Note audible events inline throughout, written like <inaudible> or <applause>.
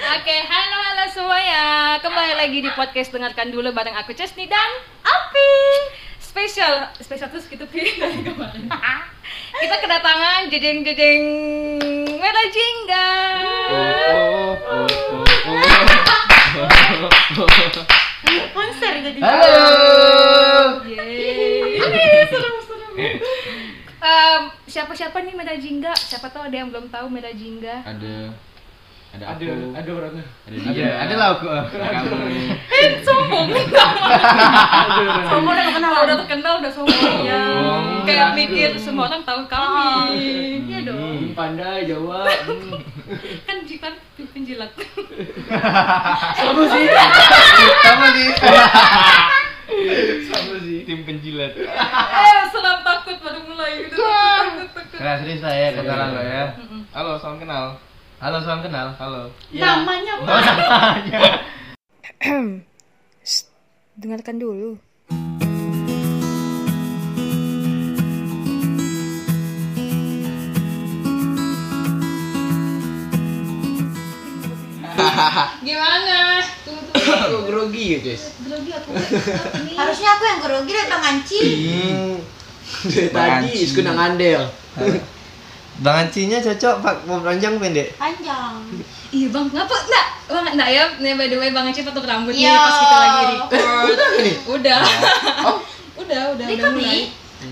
Oke, halo halo semuanya. Kembali lagi di podcast dengarkan dulu bareng aku Chesney dan Api. Spesial, spesial terus gitu Pi <laughs> dari kemarin. Kita kedatangan jejeng jejeng Merah Jingga. Oh. Monster jadi. Halo. Yeay. Ih, serem-serem. Em, siapa-siapa nih Merah Jingga? Siapa tahu ada yang belum tahu Merah Jingga. Ada ada ada aku, ada orangnya ada dia, ada lah aku, ada kamu. Eh, <laughs> sombong. ada orangnya Kamu udah kenal Kalau udah terkenal udah sombong. Iya. Kayak mikir semua orang tahu kami. Iya dong. Oh. Ah. Hmm, pandai jawab Hmm. <laughs> Kan jilat <laughs> penjilat. seru sih Sama sih. Sama sih. Tim penjilat. eh selam takut baru mulai udah Ah. takut takut takut Kenal serius lah ya, Serius. kenalan lo ya. Mm-mm. Halo, salam kenal. Halo, salam kenal. Halo. Namanya apa? Dengarkan <laughs> dulu. gimana tunggu tunggu Kok grogi ya, guys? grogi aku ini Harusnya aku yang grogi datang nganci. Hmm. dari tadi Banci. suka ngandel Bang Ancinya cocok, Pak. Mau panjang pendek? Panjang. iya bang ngapa nggak bang nggak ya nih by the way bang Eci potong rambut nih Yo. pas kita lagi record Udah nih. udah Oh. <laughs> udah udah Ini udah kan mulai nih.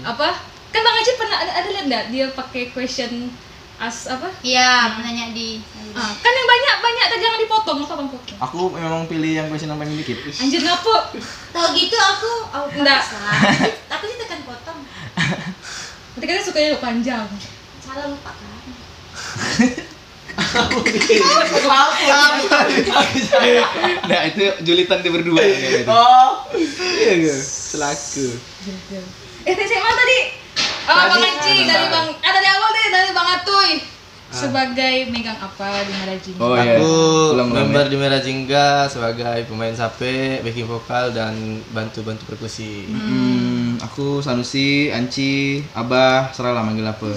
apa kan bang Eci pernah ada, ada lihat nggak dia pakai question as apa <laughs> Iya, menanya di. Ah, kan yang banyak banyak tadi jangan dipotong apa bang potong Aku memang pilih yang question yang paling dikit. anjir ngapuk Tahu gitu aku, oh, Nggak. pantas lah. Aku sih tekan potong. nanti kan sukanya lu panjang Salah lupa kan. <laughs> Nah, itu julitan dia berdua ya, kayak gitu. oh iya gak selaku Eh, tadi siapa tadi? Oh, Bang Anci dari Bang ah, dari awal deh dari Bang Atuy. Sebagai megang apa di Maraji? Oh Aku iya. ulang-ulang ya. member di Merah Jingga sebagai pemain sape, backing vokal dan bantu-bantu perkusi. Hmm, aku Sanusi, Anci, Abah, serah lah manggil apa.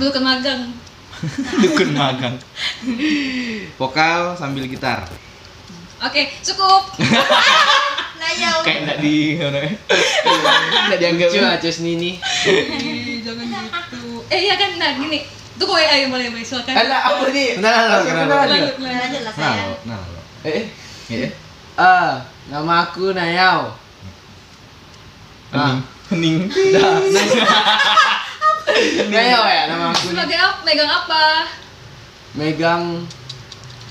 Dulu ke magang. <laughs> Dukun magang. Vokal sambil gitar. Oke, cukup. Nah, ya. Kayak enggak di enggak dianggap. lucu ah Chesney ini Ih, Jangan gitu. Eh, iya kan nah gini. Tunggu ya, ayo boleh boleh silakan. anak apa nih Bentar, bentar, Aku bentar, kenal Nah, Lanjut, lanjut. lanjut lah Nah, sayang. nah. eh Ya. ah nama aku Nayao Ah, Hening. Nayao ya nama aku nih. Sebagai apa? Megang apa? megang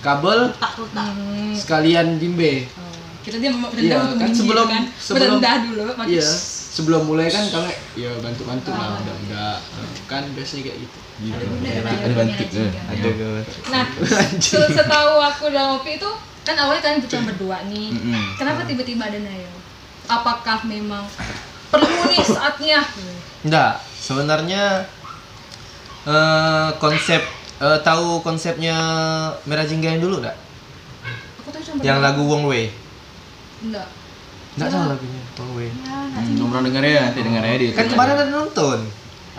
kabel Tak lupa. Hmm. sekalian dimbe Kita dia mau Iya, berendah untuk kan meninggi, sebelum- kan? sebelum- berendah dulu. pakai- Iya, sebelum mulai kan kami Iya, ya bantu-bantu lah, udah-udah kan biasanya kayak gitu. Ada bantu. eh, Ada Nah, se- setahu aku dalam OP itu kan awalnya kalian cuma berdua nih. Mm-mm. Kenapa tiba-tiba ada Nayo? Apakah memang perlu nih saatnya? Enggak, sebenarnya eh konsep eh, tahu konsepnya Merah Jingga yang dulu enggak? Aku tuh cuma Yang lagu Wong Wei. Enggak. Enggak tahu lagunya Wong Wei. Hmm, belum pernah denger ya, nanti denger aja Iya, di. Kan kemarin ada nonton.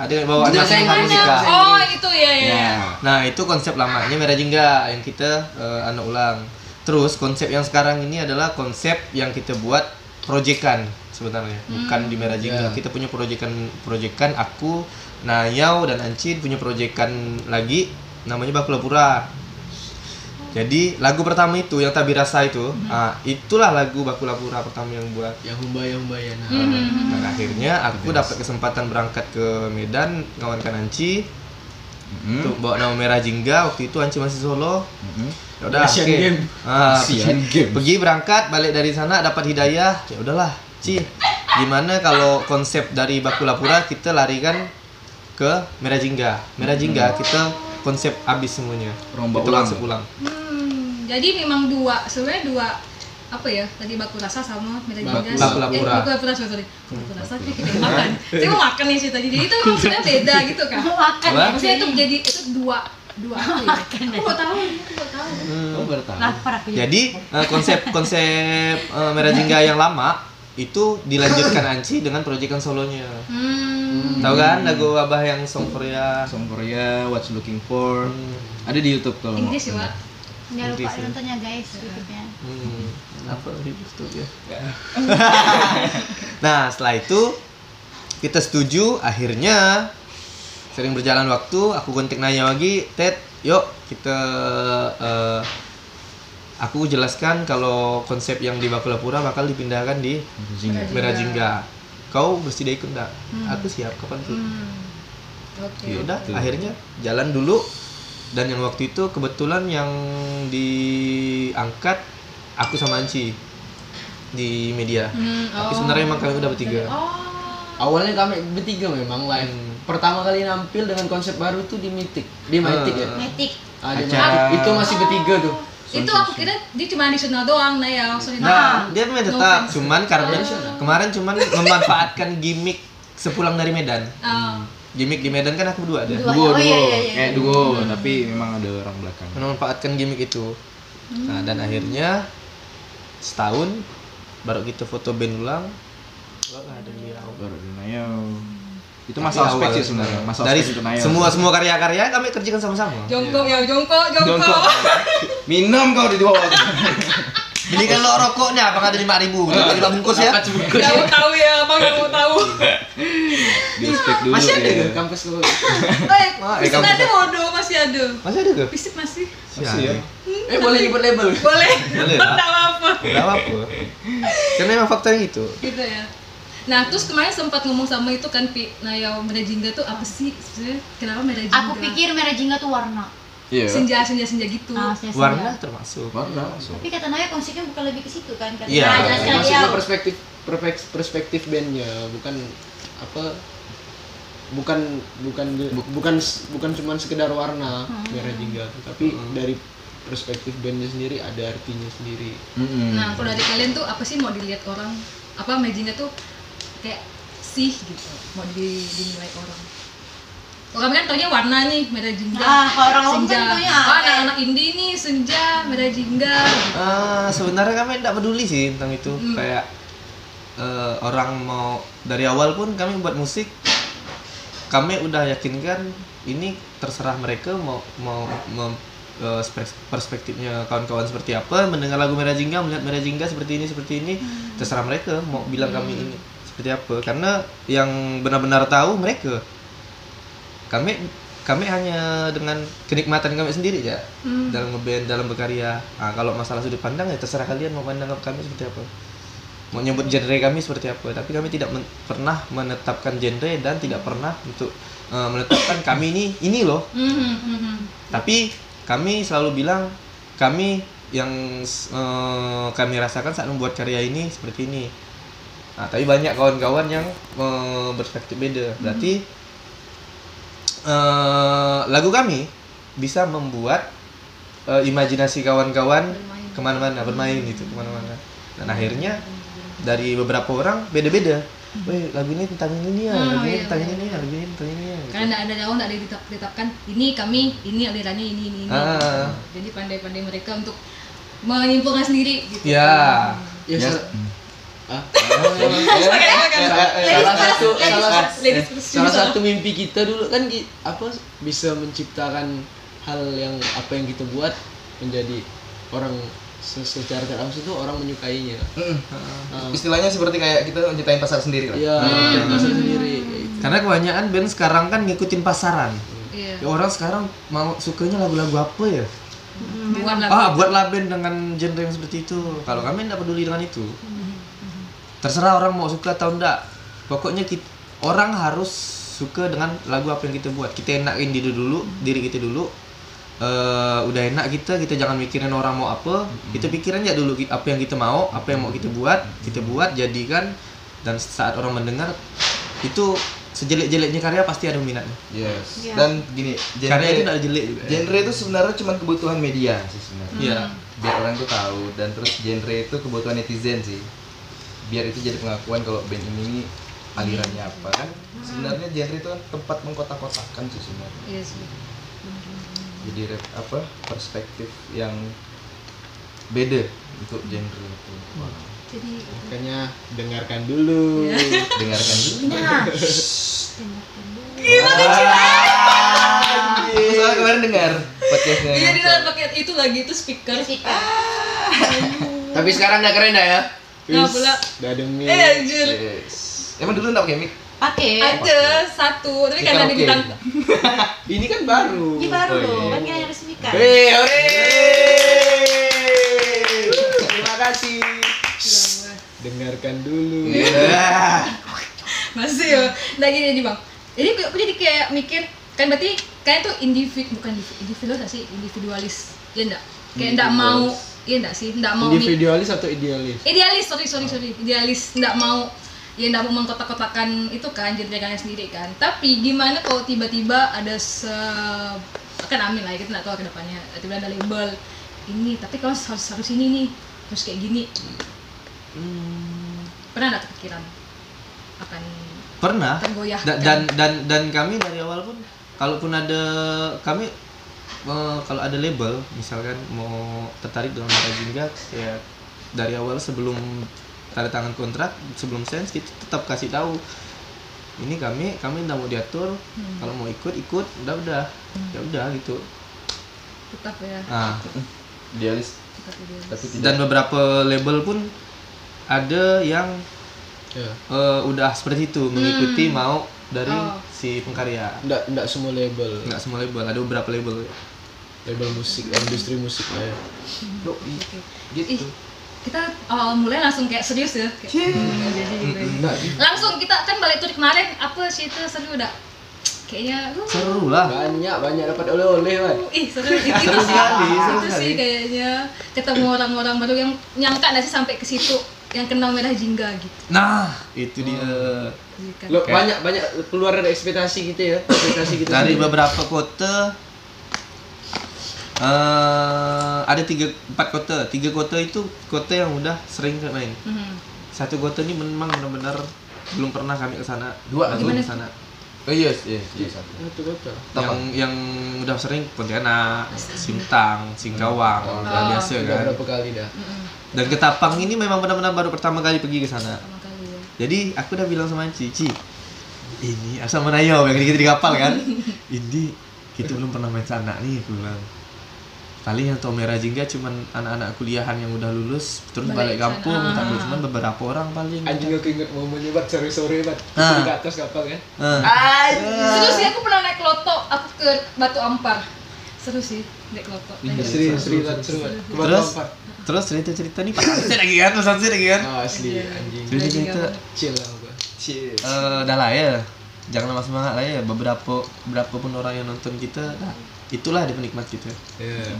Ada yang bawa Jelasin anak yang anak mana? musika. Oh, itu ya ya. ya. Ya. Nah, itu konsep lamanya Merah Jingga yang kita eh, anak ulang. Terus konsep yang sekarang ini adalah konsep yang kita buat proyekan sebenarnya, bukan di Merah Jingga. Ya. Kita punya proyekan proyekan aku, Nayau dan Ancin punya proyekan lagi namanya Bakulapura. Jadi lagu pertama itu yang Tabi Rasa itu, ah, itulah lagu Bakulapura pertama yang buat. Ya humba ya humba ya. Nah. Hmm. Mm-hmm. Nah, akhirnya aku dapat kesempatan berangkat ke Medan kawankan Anci Hmm. untuk bawa nama merah jingga waktu itu Anci masih Solo Hmm. ya udah Asian oke. Game. ah, Asian pergi- Game. pergi berangkat balik dari sana dapat hidayah ya udahlah Ci gimana kalau konsep dari Bakulapura kita larikan ke merah jingga merah jingga kita konsep habis semuanya Mm-hmm. Rombak kita ulang. langsung pulang Hmm, jadi memang dua, sebenarnya dua apa ya tadi baku rasa sama meta Baku- jingga eh, Bakulapura. baku sorry sorry baku rasa tapi kita yang makan saya mau makan nih ceritanya jadi itu memang sebenarnya <laughs> beda gitu kan Makan. Apa? maksudnya itu jadi itu dua dua apa ya aku mau tahu aku mau tahu Kamu baru tahu. Lapar aku. Jadi eh, konsep-konsep eh, Merah Jingga yang lama itu dilanjutkan <coughs> Anci dengan proyekan solonya. hmm Tahu kan lagu Abah yang song Korea? Hmm. Hmm. Song Korea, What's Looking For. Ada di YouTube kalau mau. Inggris ya Wak Jangan lupa Notif, ya. nontonnya guys YouTube-nya. Nah. Hmm. Kenapa ribut tuh ya? <laughs> Nah setelah itu kita setuju akhirnya sering berjalan waktu aku kontak Naya lagi Ted yuk kita eh, aku jelaskan kalau konsep yang di Bakulapura bakal dipindahkan di Iya. Merajingga kau bersedia ikut enggak? aku siap kapan tuh Hmm. Oke. ya udah akhirnya jalan dulu dan yang waktu itu kebetulan yang diangkat aku sama Anci di media Hmm, oh. tapi sebenarnya emang kami udah bertiga Awalnya kami bertiga memang live. Hmm. Pertama kali nampil dengan konsep baru tuh di Mythic. Di Mythic ya? Metik. Ah, di Acara. Mythic. Itu masih bertiga tuh. Itu aku kira dia cuma di Sunda doang, nah ya, maksudnya. Nah, dia memang tetap, offense. Oh, cuman karena kemarin cuman memanfaatkan gimmick sepulang dari Medan. Ah. Gimmick di Medan kan aku berdua ada. Dua. duo Oh, duo iya, iya, eh iya. duo tapi memang ada orang belakang Memanfaatkan gimmick itu. Nah, dan akhirnya setahun baru kita foto band ulang. Lo nggak ada di Riau. baru Naya itu Tapi masalah awal spek sih sebenarnya masalah dari spek untuk Naya semua semua karya-karya kami kerjakan sama-sama. Jongkok ya, jongkok, <laughs> jongkok. minum kau di bawah Belikan lo rokoknya, bang ada lima Eh, ribu, dapat lima bungkus ya. Gak mau tahu ya, Bang, gak mau <laughs> tahu. di spek dulu Masih ada ya. ke kampus lu? Eh, Wah, eh, masih kamu ada bisa. bodoh, masih ada. Masih ada ke? Fisik masih. Masih ya. Eh boleh nyebut label. Boleh. Boleh Tak lah. apa-apa. Gak ya? apa-apa. Karena emang faktornya gitu. Gitu ya. Nah, terus kemarin sempat ngomong sama itu kan, Pi. Nah, ya, merah jingga tuh apa sih? Sebenarnya kenapa merah jingga? Aku pikir merah jingga tuh warna. Iya. senja, senja, senja gitu. Ah, saya Warna senja. termasuk. Warna langsung. Tapi kata Naya konsepnya bukan lebih ke situ kan? Kata Iya. Nah, jelaskan dia. Maksudnya perspektif perfek- perspektif bandnya bukan apa bukan bukan bukan bukan cuman sekedar warna merah jingga tapi dari perspektif bandnya sendiri ada artinya sendiri Mm-mm. Nah, kalau dari kalian tuh apa sih mau dilihat orang? Apa merah jingga tuh kayak sih gitu, mau di- dinilai orang. Orang kan taunya warna nih, merah jingga. Ah, kalau orang awam senja. kan taunya Oh, apa? anak-anak indie nih, senja, merah jingga. Ah, sebenarnya kami tidak peduli sih tentang itu Hmm. kayak eh, orang mau dari awal pun kami buat musik kami udah yakinkan ini terserah mereka mau mau mem- eh, spek- perspektifnya kawan-kawan seperti apa mendengar lagu Merah Jingga melihat Merah Jingga seperti ini seperti ini terserah mereka mau bilang kami ini seperti apa karena yang benar-benar tahu mereka kami kami hanya dengan kenikmatan kami sendiri ya dalam ngeband dalam berkarya Ah, kalau masalah sudut pandang ya terserah kalian mau pandang kami seperti apa mau nyebut genre kami seperti apa tapi kami tidak men- pernah menetapkan genre dan tidak pernah untuk eh, menetapkan kami ini ini loh Hmm, Mhm, mhm. tapi kami selalu bilang kami yang eh, kami rasakan saat membuat karya ini seperti ini. Nah, tapi banyak kawan-kawan yang eh, berperspektif beda. Hmm. Berarti eh, lagu kami bisa membuat eh, imajinasi kawan-kawan kemana-mana bermain Hmm. gitu kemana-mana. Dan akhirnya dari beberapa orang beda-beda. Weh, lagu ini tentang ini nih ya, Hmm. Oh, lagu ini iya, Kan tentang iya, ini nih ya, lagu ini tentang ini ya. gitu. Karena nggak ada jauh, nggak ada ditetap- ditetapkan ini kami, ini alirannya ini, ini, ini. Ah. Jadi pandai-pandai mereka untuk menyimpulkan sendiri gitu. Ya. ya Ya. sa- <laughs> Ah, Ya, salah satu salah, Ladies first, Eh, salah gitu. satu mimpi kita dulu kan ki- apa bisa menciptakan hal yang apa yang kita buat menjadi orang se- secara tidak langsung tuh orang menyukainya Ah. Istilahnya seperti kayak kita menciptain pasar sendiri lah. Iya, rasa sendiri kayak gitu. Karena kebanyakan band sekarang kan ngikutin pasaran. Iya. Ya, orang sekarang mau sukanya lagu-lagu apa ya? Bukan lagu. Ah, buatlah band dengan genre yang seperti itu. Kalau kami tidak peduli dengan itu. Terserah orang mau suka atau enggak. Pokoknya kit- orang harus suka dengan lagu apa yang kita buat. Kita enakin diri dulu, diri kita dulu. Eh, udah enak kita, kita jangan mikirin orang mau apa. Kita pikirin aja dulu ki- apa yang kita mau, apa yang mau kita buat, kita buat jadikan dan saat orang mendengar itu sejelek-jeleknya karya pasti ada minatnya. Yes. Iya. Dan gini, Karya itu genre tidak ada jelek juga. ya. genre itu sebenarnya cuma kebutuhan media sih sebenarnya. Iya. Biar orang tuh tahu dan terus genre itu kebutuhan netizen sih. Biar itu jadi pengakuan kalau band ini alirannya apa kan. Sebenarnya genre itu kan tempat mengkotak-kotakan sih sebenarnya. Iya sih. Jadi rep- apa perspektif yang beda untuk genre itu. Jadi Makanya dengarkan dulu. Nah, <laughs> Dengarkan dulu. nah. Aku soalnya kemarin dengar podcastnya. Iya di dalam paket itu lagi itu speaker. Speaker. Tapi sekarang udah keren dah ya. Nah pula, Udah ada mic. eh anjir. Yes. Emang dulu enggak pakai mic? Pakai. Ada satu, tapi karena Kita di bintang oke. Ini kan baru. Ini baru Oh, dong, iya. kan kira resmi kan. Hei, hei. Terima kasih. Dengarkan dulu. Iya. masih ya. Nah gini nih bang. Jadi aku aku jadi kayak mikir, kan berarti kalian tuh individu bukan indivi- individualis nggak sih individualis, ya enggak? Kayak enggak mau, ya enggak sih, enggak mau mi- Individualis atau idealis? idealis sorry sorry sorry idealis nggak mau ya nggak mau mengkotak-kotakan itu kan jadi kalian sendiri kan tapi gimana kalau tiba-tiba ada se kan amin lah ya, kita nggak tahu kedepannya tiba-tiba ada label ini tapi kalau harus harus ini nih harus kayak gini Hmm. pernah nggak kepikiran akan kan? Pernah. tergoyah Da- dan dan dan kami dari awal pun kalaupun ada kami eh, kalau ada label misalkan mau tertarik dengan Mara Jingga ya dari awal sebelum tanda tangan kontrak sebelum sense kita tetap kasih tahu ini kami kami nggak mau diatur kalau mau ikut ikut udah udah ya udah gitu tetap ya nah Idealis tetap idealis. tapi tidak. dan beberapa label pun ada yang Ya. eh, udah seperti itu mengikuti mau dari Oh. si pengkarya Nggak, nggak semua label. nggak semua label ada beberapa label Label musik, industri musik lah ya. Doi. Oke. Ih, Gitu. kita awal mulai langsung kayak serius ya kayak, hmm, jadi gitu. Nah, langsung kita kan balik tuh kemarin apa sih itu seru udah kayaknya uh, seru lah banyak banyak dapat oleh-oleh kan. ih <laughs> seru itu sih sekali, seru itu sekali. sih kayaknya ketemu orang-orang baru yang nyangka nggak sih sampai ke situ yang kenal merah jingga gitu nah itu dia Jadi kan. Lo Oke. banyak banyak keluar dari ekspektasi gitu ya, ekspektasi gitu. dari beberapa kota eh ada tiga empat kota tiga kota itu kota yang udah sering kami main Mhm. satu kota ini memang benar-benar belum pernah kami ke sana Dua, belum gimana? ke sana Oh yes, yes, yes. satu. Satu kota. Apa? yang yang udah sering Pontianak Sintang Singkawang udah biasa Udah kan berapa kali dah? Mhm, dan Ketapang ini memang benar-benar baru pertama kali pergi ke sana pertama kali ya. Jadi aku udah bilang sama Anci, Ci, ini asal menayau yang dikit di kapal <laughs> kan. ini kita belum pernah main sana nih, aku bilang. Paling yang tau merah jingga cuman anak-anak kuliahan yang udah lulus terus Balik balik, ke sana. kampung, tapi cuman beberapa orang paling. Anjing aku ingat momennya buat sore-sore buat Ah. di atas kapal kan. Eh, seru sih aku pernah naik loto aku ke Batu Ampar seru sih naik loto Naik- Iya. Seri seri kan seru kan. Ke Batu Terus? Ampar. terus cerita-cerita nih, pasang sih lagi kan, pasang sih lagi kan. Ah, asli anjing. Merah Jingga. Cerita-cerita, Chill lah gua. Cheers. eh dah lah ya, jangan lama semangat lah ya. Beberapa, beberapa pun orang yang nonton kita, nah, itulah dia penikmat kita. Ya.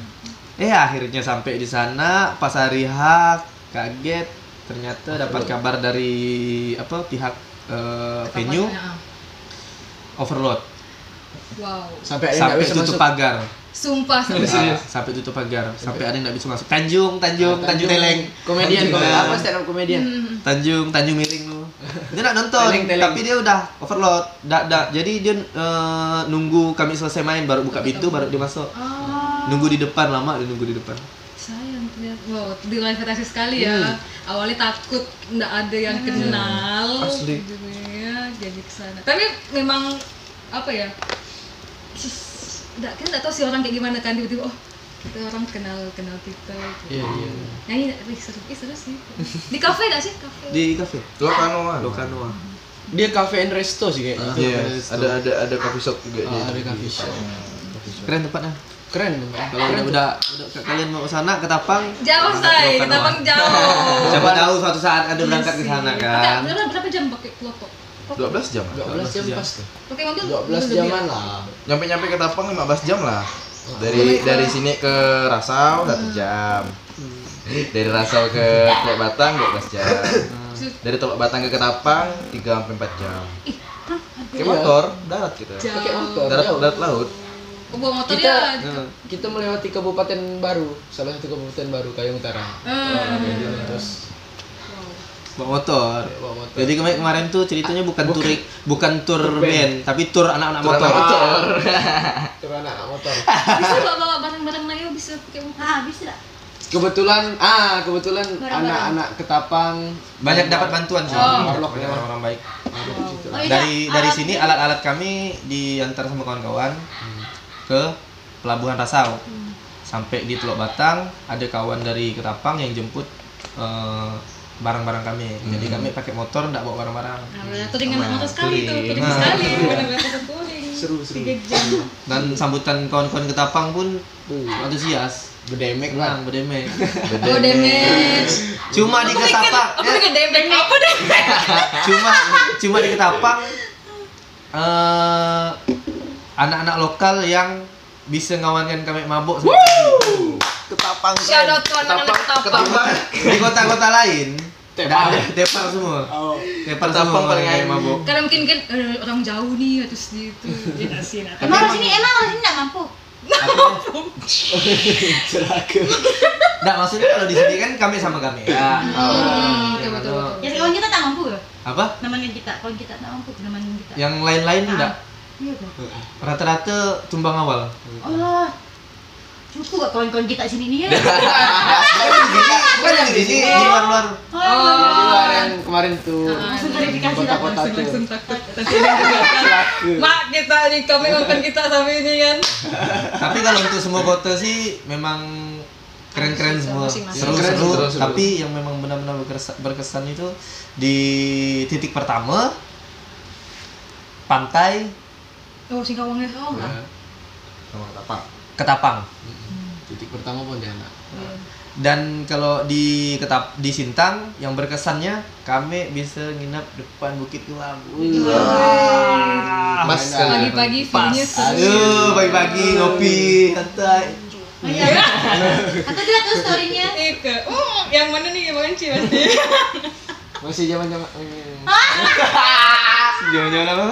Eh akhirnya sampai di sana pas hari H kaget ternyata dapat kabar dari apa pihak eh, venue Tempatnya, ah. overload wow Sampai ada yang sampai nggak bisa tutup masuk. pagar sumpah seru sih Ah, sampai tutup pagar sampai ada yang nggak bisa masuk Tanjung Tanjung Tanjung Teleng Nah, Komedian Tanjung kok. Teleng. Apa stand up komedian? Tanjung Tanjung Miring <laughs> lu dia nak nonton Teleng, teleng. tapi dia udah overload dak dak jadi dia eh, nunggu kami selesai main baru buka pintu baru dia masuk Ah, nunggu di depan lama dia nunggu di depan sayang ternyata wow dilansirasi sekali ya awalnya takut nggak ada yang kenal Asli. jadinya jadi kesana tapi memang apa ya sis- nggak kita nggak tahu sih orang kayak gimana kan tiba-tiba oh kita orang kenal kenal kita gitu. Iya iya. nyanyi nggak? Wih, seru Ih, seru sih di kafe nggak sih kafe di kafe Lokanoa. Lokanoa Dia cafe and resto sih kayaknya. Yes, Iya, ada ada ada coffee shop juga Iya. Ah, ada coffee shop. keren tempatnya Keren tuh. Kalau udah, udah, udah ke- kalian mau ke sana ke Tapang, jauh say Lokanoa. kita bang jauh siapa tahu suatu saat ada berangkat ke sana Agak, kan. berapa, berapa jam pakai kelompok 12 jam. 12 jam pas tuh. pakai mobil 12 lebih- jaman lah. Nyampe-nyampe ke Tapang 15 jam lah. Dari dari sini ke Rasau Hmm. 1 jam. Dari Rasau ke Teluk Batang 12 jam. Hmm. Dari Teluk Batang ke Ketapang 3 sampai 4 jam. Kayak motor, darat kita. Pakai ya? jauh motor. Darat jauh. darat laut. Oh, bawa motor Kita- ya Nah, Kita melewati kabupaten baru, salah satu kabupaten baru Kayung Utara. Iya. Terus bawa motor. bawa motor. Jadi kemarin kemarin tuh ceritanya bukan tur bukan tur Tur band, tapi tur anak-anak Tur motor. anak motor. Terus anak motor. Ah. bisa bawa bawa barang-barang Melayu bisa pakai motor Nah, Ah, habis lah. Kebetulan ah kebetulan Barang-barang. anak-anak Ketapang Banyak dapat bantuan sih. Marlok Banyak ya. orang-orang baik. Marlok di situ. Oh, iya, Dari dari alat sini ini. alat-alat kami diantar sama kawan-kawan. ke Pelabuhan Rasau. Sampai di Teluk Batang ada kawan dari Ketapang yang jemput eh, barang-barang kami. Jadi Hmm. kami pakai motor nggak bawa barang-barang. Nah, touring sama Sama motor sekali tuh, touring. touring Nah, sekali, iya. benar-benar satu touring. Seru, seru. Tiga jam. Hmm. Dan sambutan kawan-kawan Ketapang pun antusias. Bedemek lah. Senang <laughs> berdemek. Oh, damage. Cuma di Aku pikir, Ketapang, aku pikir damage apa deh? cuma cuma di Ketapang eh, anak-anak lokal yang bisa ngawankan kami mabuk sama kami. Ketapang. Shout out to anak-anak Ketapang. di kota-kota lain Tepang. dah ada tepar semua Oh, tepar Ah. Ketapang semua paling yang enak. mabuk Karena mungkin kan eh, orang jauh nih terus gitu. Jelasin atau Emang orang sini emang orang sini nggak mampu. celaka. nggak maksudnya kalau di sini kan kami sama kami Ah. ya Hmm, Yang betul, ada- Ya kawan kita tak mampu loh. apa Namanya kita, kawan kita tak mampu namanya kita. yang lain-lain Ah. enggak Iya kok. rata-rata tumbang awal Allah. Cukup gak kawan-kawan kita sini nih ya? bukan yang di sini di luar-luar Oh, Kemarin kemarin tuh Ah. Langsung verifikasi lah. kota-kota langsung tuh langsung takut. Takut. Mak kita di kami makan kita sama ini kan. tapi kalau untuk semua kota sih memang keren-keren semua Masing-masing. seru-seru Keren, seru-seru. tapi yang memang benar-benar berkesan, berkesan itu di titik pertama pantai Oh, sing kawangnya. Oh, Nah, Sama ketapang. Ketapang titik pertama Pontianak. dan kalau di Ketap di Sintang yang berkesannya kami bisa nginap depan Bukit Tua Iya. Iya. Pas sekali. Ah, pagi-pagi pas feelnya Iya, seru. aduh pagi-pagi ngopi santai oh, iya, ya. Atau dia tuh story-nya. Eke. Oh, yang mana nih yang makan sih pasti. Masih zaman-zaman eh, iya, jangan-jangan apa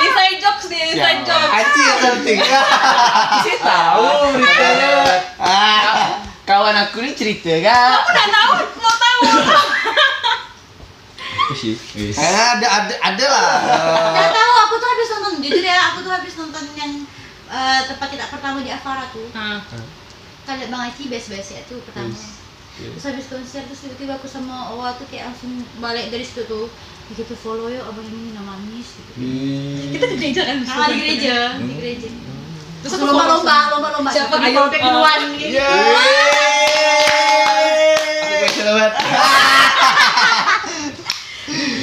Inside jokes nih, inside jokes. Aci penting <laughs> Aci tahu beritanya ah kawan aku ini cerita kan. Udah tahu, mau tahu. Isi. Wis. ada ada ada lah Nggak tahu, aku tuh habis nonton. Jujur ya, aku tuh habis nonton yang eh, tempat kita pertama di Afara tuh. Nah, Kalian Bang Aci best-best ya tuh pertama. Terus habis konser terus tiba-tiba aku sama Owa tuh kayak langsung balik dari situ tuh. Ya gitu follow yuk abang ini nama manis gitu. kita ke gereja kan. Ah, di gereja, di gereja. Terus Terus aku lomba-lomba, lomba-lomba. Siapa ayo, di follow back eh, duluan gitu.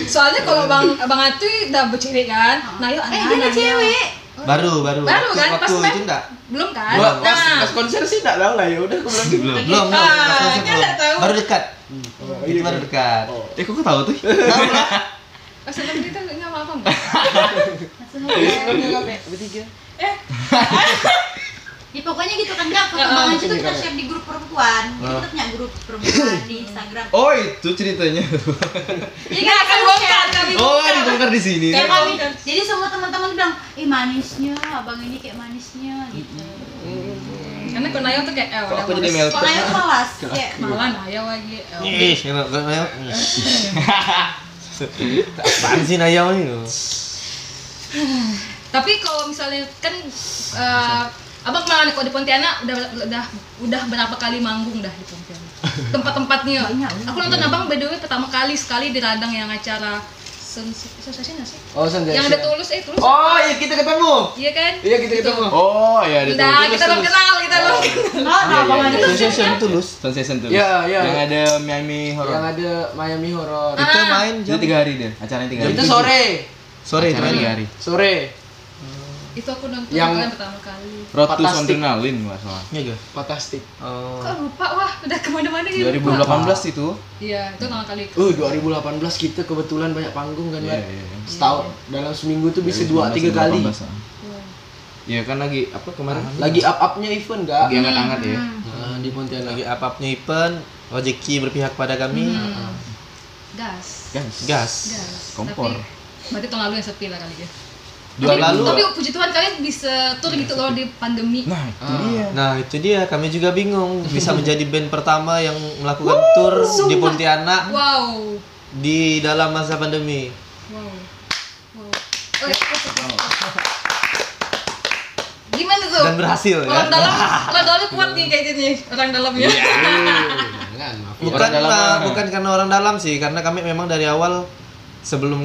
Soalnya kalau Bang Bang Atu udah bercerai kan. Nah, yuk Eh, dia ada anak-anak. cewek. baru baru Baru kan, pas waktu main. itu enggak Belum kan? Belum. Nah, Pas konser sih enggak tahu lah ya udah aku bilang Belum. belum belum Ah, pas masuk dia belum. nggak tahu. baru dekat Hmm. itu baru dekat Eh kok tahu tuh? pas sebelum itu enggak apa-apa nggak? Langsung aja. bertiga. Ya pokoknya gitu kan enggak perkembangan itu kita share di grup perempuan. Jadi kita punya grup perempuan di Instagram. <laughs> Oh itu ceritanya. Iya. Jadi Nggak akan bongkar kami. Oh dibongkar di sini. kan, Kayak kan. Kami, bongkar. jadi semua teman-teman bilang, "Ih, manisnya abang ini kayak manisnya." gitu. Karena kalau Nayo tuh kayak eh Kok aku udah jadi Iya. males. melter? Kalau yang kelas kayak malah Nayo lagi. eh, ih enak enak apaan sih Nayau ini tuh? Tapi kalau misalnya kan eh, Abang pernah kok di Pontianak udah udah udah berapa kali manggung dah di <laughs> Pontianak. Tempat-tempatnya. Aku nonton Abang by the way pertama kali sekali di Radang yang acara sensasi sensasi nggak sih? Oh, Sensasi. Iya, Yang ada tulus eh tulus. Oh, iya kita ketemu. Iya kan? Iya, kita ketemu. Oh ya itu. Nah, kita belum kenal, kita belum kenal. "Oh, nah, abang ini Sensation tulus. Sensation tulus. Ya, ya. Yang ada Miami Yang horror. ada Miami Horror. Ah. itu main Itu jam tiga hari dia. Acaranya tiga hari. Itu sore. sore itu Acaranya main tiga hari. Sore. Itu aku nonton Yang- bukan pertama kali. Road to Fantastic. Adrenaline nggak salah. Iya, Jo. Fantastic. Oh. Kok lupa wah, udah kemana mana Iya. nih. lupa. 2018 itu. Iya, itu pertama kali. Uh, 2018 kita kebetulan banyak panggung kan, Iya Wan? iya. iya. Setahun dalam seminggu tuh bisa 2019, dua tiga kali. 2018, ah. Iya kan lagi apa kemarin? Lagi up-upnya event enggak? lagi angkat-angkat ya. Hmm. Nah, di Pontianak. lagi apapnya event rezeki berpihak pada kami Hmm. Gas. Gas. gas Gas. Ya. Kompor. Tapi, berarti tahun lalu yang sepi lah kali ya. dua tapi, lalu tapi puji Tuhan kalian bisa tur gitu loh di pandemi. Nah, itu dia. Nah itu dia, kami juga bingung <laughs> bisa menjadi band pertama yang melakukan tour sumpah. di Pontianak Wow. di dalam masa pandemi. Wow. Wow. Eh, Oke. Gimana tuh? Dan berhasil, ya? Orang dalam, orang dalam kuat nih kayak gini, orang ya. dalamnya. Iya. <laughs> Jangan, maaf. ah. Bukan Orang lah, dalam lah. bukan karena orang dalam sih, karena kami memang dari awal sebelum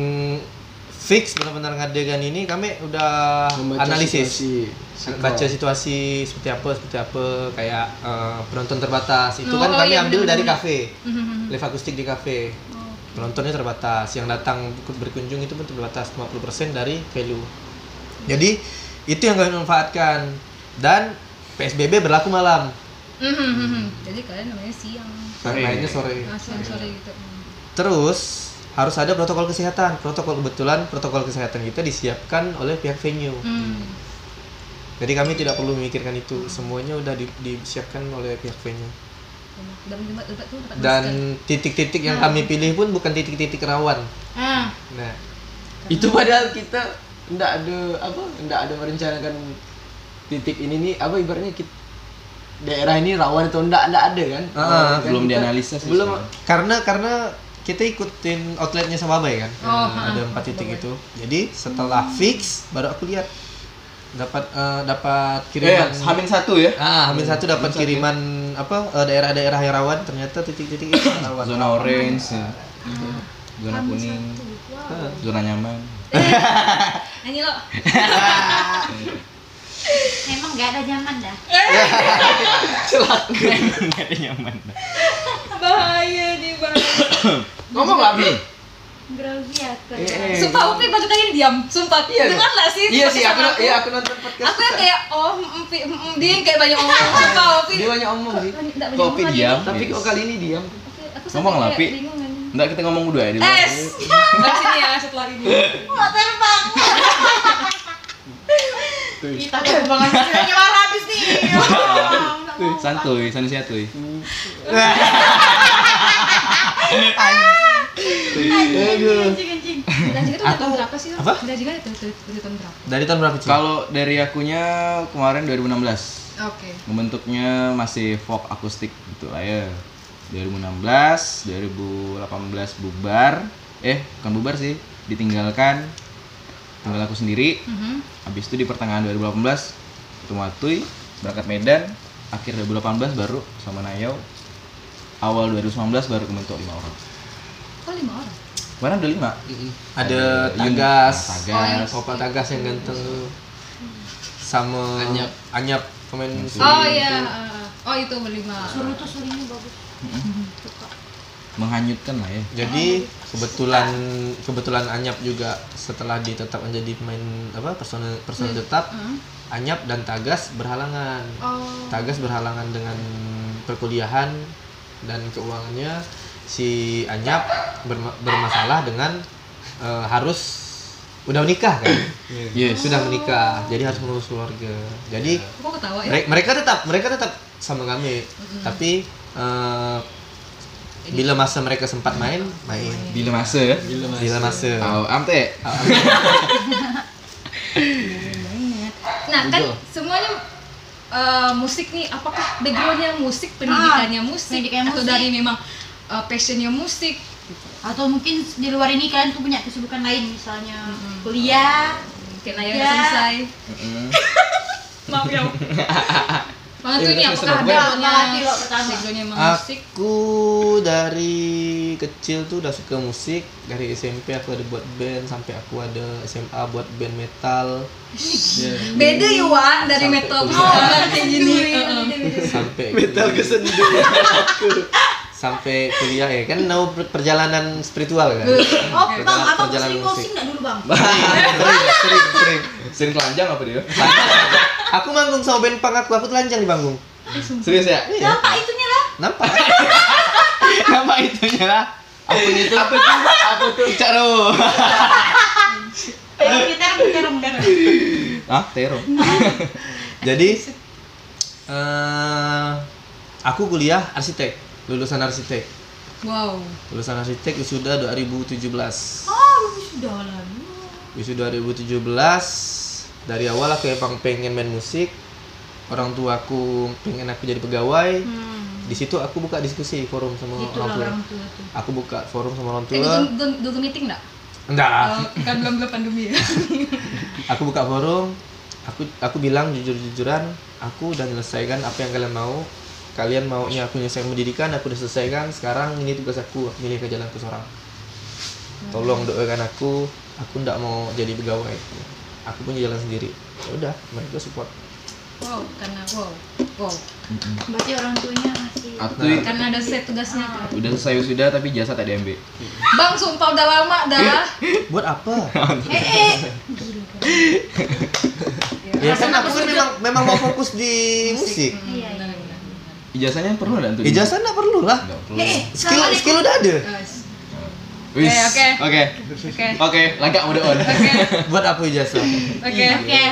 fix benar-benar ngadegan ini kami udah analisis situasi, Oh. baca sikap. situasi seperti apa seperti apa kayak eh, penonton terbatas itu Oh, kan oh, kami iya, ambil dari benar-benar. kafe Mhm, live akustik di kafe penontonnya terbatas yang datang berkunjung itu pun terbatas 50% dari value jadi itu yang kami manfaatkan dan PSBB berlaku malam Mhm. Jadi kalian namanya siang, Kan mainnya sore ah, siang sore gitu. Hmm. terus harus ada protokol kesehatan protokol kebetulan protokol kesehatan kita disiapkan oleh pihak venue Hmm. jadi kami tidak perlu memikirkan itu semuanya udah di- disiapkan oleh pihak venue Dan tempat tempat tuh tempat masker. dan titik-titik yang kami pilih pun bukan titik-titik rawan ah, nah itu padahal kita ndak ada apa ndak ada merencanakan titik ini nih apa ibaratnya kita, daerah ini rawan atau ndak ndak ada kan Ah, Kan belum kita- dianalisa sih belum sebenarnya. karena karena kita ikutin outletnya sama Bay kan Oh, Nah, ada ha, empat titik Sababai. itu jadi setelah fix baru aku lihat dapat eh, dapat Iya, kiriman hamin satu ya. ah hamin satu dapat kiriman apa eh, daerah-daerah yang rawan ternyata titik-titik itu <coughs> rawan Zona orange, ya. zona kuning, Ah, zona <laughs> nyaman. nyanyi lo. Emang gak ada zaman dah. Gak ada nyaman. Bahaya nih bang. ngomong lah Bi. Grogi aku. Eh, eh. Sumpah Upi baru kali ini diam. Sumpah. Iya. Dengar lah sih. iya podcast sih aku sama iya aku nonton podcast Aku yang kayak oh mm, Pi, mm, mm, dia yang kayak banyak omong. Sumpah Upi. dia banyak omong <laughs> sih Nggak banyak Kopi omong diam. hari tapi yes. kok kali ini diam ini. Aku sampai Ngomong lah, kayak Pi. bingung kan. Nggak, kita ngomong berdua ya di luar. Es. Dari sini ya setelah ini. Wah terbang. Kita terbang aja. Kayaknya malah habis nih. Ya Allah, nggak mau. Santuy, santuy santuy. Anjing, anjing. Jajikan tuh udah tahun berapa sih? Apa? Jajikan itu udah tahun berapa? dari tahun berapa sih Kalau dari akunya kemarin 2016. Oke. Membentuknya masih folk akustik gitu lah ya. 2016, 2018 bubar. Eh, bukan bubar sih, ditinggalkan. Tinggal aku sendiri. Mhm. Habis itu di pertengahan 2018 ketemu Atuy, berangkat Medan. Akhir 2018 baru sama Nayau. Awal 2019 baru kebentuk lima orang. Oh lima orang. Kemarin ada lima. ada Ada Tagas Oh, Yun- iya. Tagas. Opa Tagas yang ganteng sama Anyap. Anyap pemain Oh iya. ah, ah. Oh itu berlima. Suruh tuh suruhnya bagus. Menghanyutkan lah ya. Jadi kebetulan kebetulan Anyap juga setelah ditetapkan jadi pemain apa personel personel tetap Heeh. Anyap dan Tagas berhalangan. Oh. Tagas berhalangan dengan perkuliahan dan keuangannya si Anyap berma- bermasalah dengan eh, harus udah menikah kan? Yes. Sudah menikah, jadi harus mengurus keluarga. Jadi Kok ketawa ya? Mere- mereka tetap mereka tetap sama kami tapi eh, bila masa mereka sempat main main Bila masa ya. bila masa Tahu amte. Nah kan semuanya eh, musik nih, apakah backgroundnya musik, pendidikannya musik, Ah, pendidikannya atau musik. dari memang eh, passionnya musik? Atau mungkin di luar ini kalian tuh punya kesibukan lain misalnya kuliah. Mungkin Naya udah Ya. selesai. <laughs> Maaf ya. Bang Atu ini apakah ada Apalagi lo pertama. backgroundnya emang Ah. musik? aku dari kecil tuh udah suka musik dari SMP aku ada buat band sampai aku ada SMA buat band metal Beda ya Wan dari metal ke sekarang kayak gini. Eh, Heeh. sampai metal sampai kuliah ya kan mau per- perjalanan spiritual kan Oh, Bang, Perjalanan- abang perjalanan sering musik. posting enggak dulu, Bang? <laughs> sering sering sering Sering telanjang apa dia? aku manggung sama band punk aku aku telanjang di panggung Serius ya? Nampak itunya lah. nampak <laughs> Nama itunya lah. aku itu aku tuh aku tuh Caro. Eh. Kita kita rendah. <laughs> Ah, tero. Jadi eh aku kuliah arsitek, lulusan arsitek. Wow. Lulusan arsitek wisuda 2017. Oh, lu sudah lah. Oh, Wisuda 2017 dari awal aku emang pengen main musik. Orang tua aku pengen aku jadi pegawai. Hmm. Di situ aku buka diskusi forum sama orang tua. Itulah Gitu orang tua tuh. Aku buka forum sama orang Eh, tua. Google, Google- Google meeting enggak? Enggak. kan belum belum pandemi ya. aku buka forum aku aku bilang jujur-jujuran aku udah menyelesaikan apa yang kalian mau kalian maunya aku menyelesaikan pendidikan aku udah selesaikan sekarang ini tugas aku aku milih ke jalanku seorang tolong doakan aku aku ndak mau jadi pegawai aku punya jalan sendiri ya udah mereka support wow karena wow wow berarti orang tuanya masih Atau karena ada set tugasnya Ah. tuh. udah selesai sudah tapi jasa tak diambil. bang sumpah udah lama dah buat apa <laughs> ya kan Rasanya aku kan memang memang mau fokus di musik Hmm. iya iya Ijazahnya perlu enggak untuk? ijazah ndak perlu lah Enggak perlu. Eh, skill skill udah ada Guys, Wis. eh, oke. Oke. Oke. Oke, langkah mode on. buat apa ijazah Oke. eh, oke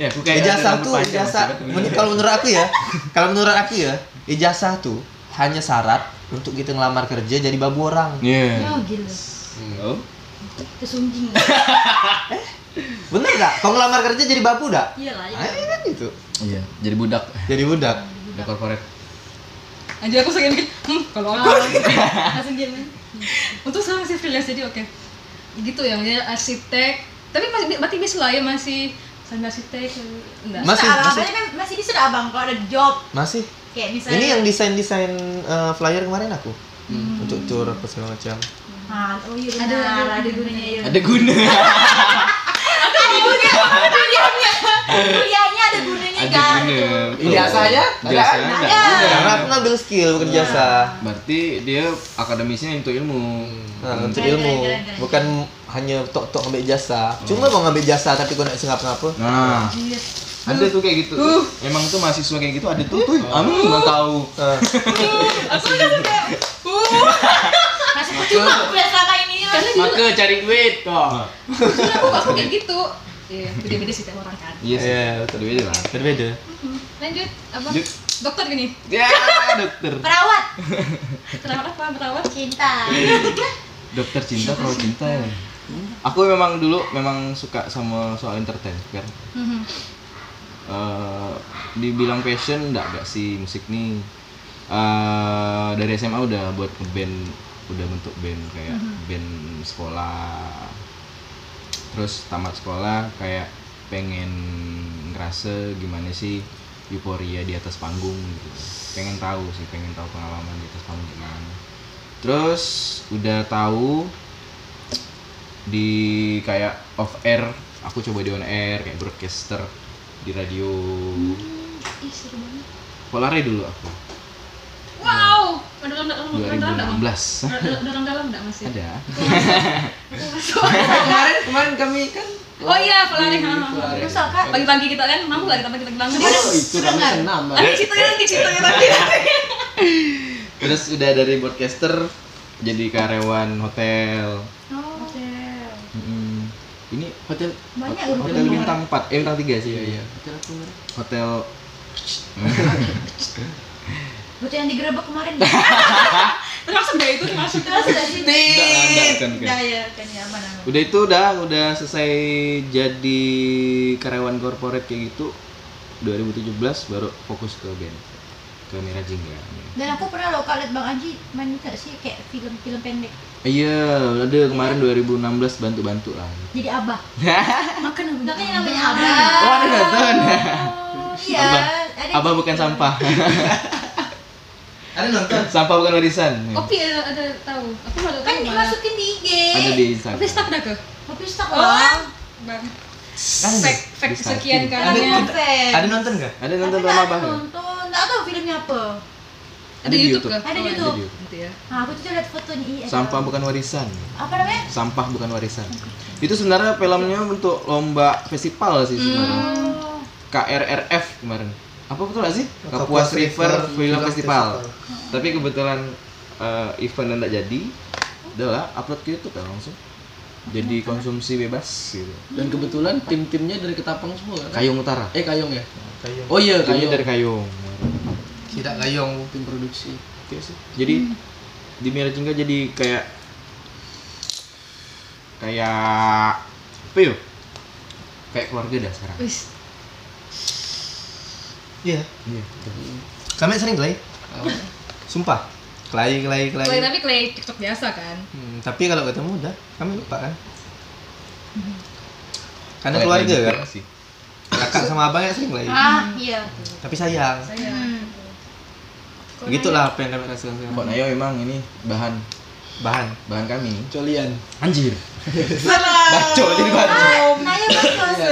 Ya, aku kayak ijazah rambut tuh panjang, ijazah maksudnya. menurut kalau menurut aku <laughs> ya kalau menurut aku ya ijazah tuh hanya syarat untuk kita ngelamar kerja jadi babu orang Iya. oh gila Oh. kesunjing bener nggak kalau ngelamar kerja jadi babu nggak iya lah Ah, iya kan itu Iya, jadi budak. jadi budak Budak korporat. Anjir aku sering mikir, hmm, kalau Oh, aku gitu. langsung diem <laughs> aja. Untuk sekarang masih freelance jadi oke. Gitu ya, maksudnya arsitek. Tapi masih berarti bisa lah ya masih sambil arsitek enggak. masih masih abangnya kan masih bisa dah abang kalau ada job masih kayak misalnya ini yang desain desain flyer kemarin aku Hmm. untuk tour apa segala macam Ah, oh iya benar ada, gunanya ya <laughs> Ada guna. kuliahnya ada gunanya Ada kan guna. Betul. Ijazahnya? Ijazahnya Ada. enggak guna. karena aku ngambil skill Iya. bukan jasa Berarti dia akademisnya untuk ilmu. Hmm. Nah, untuk Hmm. Keren, ilmu keren, keren. bukan hanya tok tok ngambil jasa cuma mau ngambil jasa tapi kau nak singap ngapa Nah, Iya. ada tuh kayak gitu. Emang tuh mahasiswa kayak gitu ada tuh. Tuh, anu nggak tahu. Eh, Nah, masih percuma aku kuliah selama ini lah Maka cari duit kok. Nah, Maksudnya aku aku kayak gitu. Iya, beda-beda sih tiap orang kan. Iya, sih. Iya, betul. Aduh, iya lah. berbeda Lanjut, apa? Lanjut. Dokter gini. Ya, dokter. perawat Kenapa apa? Kenapa? cinta Dokter cinta, perawat cinta. ya. Aku memang dulu memang suka sama soal entertain kan. Mhm. Eh, dibilang passion enggak enggak sih musik nih. Eh, dari SMA udah buat band, udah bentuk band kayak band sekolah. Terus tamat sekolah kayak pengen ngerasa gimana sih euforia di atas panggung gitu. Pengen tahu sih, pengen tahu pengalaman di atas panggung gimana. Terus udah tahu di kayak off air, aku coba di on air kayak broadcaster di radio. Hmm, ih seru banget Polare dulu aku Wow, ada orang dalam orang dalam enggak? 2016. Ada ada orang dalam enggak masih? <laughs> Ada. <laughs> Kemarin kemarin kami kan Oh iya, pelari. ha, ha. pelari. terus kak Pagi-pagi kita kan, mampu gak kita pagi-pagi banget? Oh, itu kami senam. Mbak. Eh. Nanti situ ya, nanti situ ya, nanti. Terus udah dari broadcaster jadi karyawan hotel. Mm-mm. Ini hotel banyak hotel bintang 4, eh bintang 3 sih. Iya, ya, Hotel aku kemarin. Hotel betul yang digerebek <laughs> kemarin Termasuk gak itu, termasuk. terus udah sih Enggak, enggak, bukan, bukan. udah ya kan ya aman aman Udah itu udah udah selesai jadi karyawan corporate kayak gitu 2017 baru fokus ke band ke Mira Jingga. dan aku pernah loh kalau liat bang Anji main tak sih kayak film-film pendek Iya, ada kemarin 2016 bantu-bantu lah. jadi abah makan apa? makanya namanya abah Oh, ada nonton. iya Abah. ada Abah bukan sampah. ada nonton sampah bukan warisan. Kopi ada, ada tahu. Aku nggak tahu. Iya. kan dimasukin di IG Ada di Instagram. Tapi stuck dah ke? tapi stuck lah Bang. Kan Fake, fake di-stuckin. sekian tapi kalinya. nonton ada nonton nggak Ada tapi nonton nggak drama ada Abah? ya? nggak? nonton nggak tahu filmnya apa Ada di YouTube YouTube. ke? Ada Oh, YouTube. Ada Gitu ya. Nah, aku tuh lihat fotonya iya. Sampah bukan warisan. Apa namanya? Sampah bukan warisan. Itu sebenarnya filmnya untuk lomba festival sih sebenarnya. Oh, KRRF kemarin. Apa betul gak sih? Kapuas Kapuas River River Film Film Festival. Festival. Tapi kebetulan eh, event yang tidak jadi, udahlah upload ke YouTube kan langsung. Jadi konsumsi bebas gitu. Dan kebetulan tim-timnya dari Ketapang semua kan? Kayung Utara. Eh Kayong ya? Kayung. Oh iya Ini Kayong. dari Kayung. Iya tidak gayung Tim produksi. Jadi di Merah Jingga jadi kayak kayak apa yuk? Kayak keluarga dah sekarang. Wis. iya Iya. kami sering kelai sumpah kelai kelai kelai Clay tapi clay TikTok biasa kan. Hmm, tapi kalau ketemu udah kami lupa kan karena Kayak keluarga gitu kan sih. kakak sama abang ya sering kelai ah iya. tapi sayang Saya. Hmm. begitulah apa yang kami rasakan Mbak sekarang Nayo emang ini bahan bahan bahan kami. Colian. Anjir. Baco jadi baco. Naya bagus.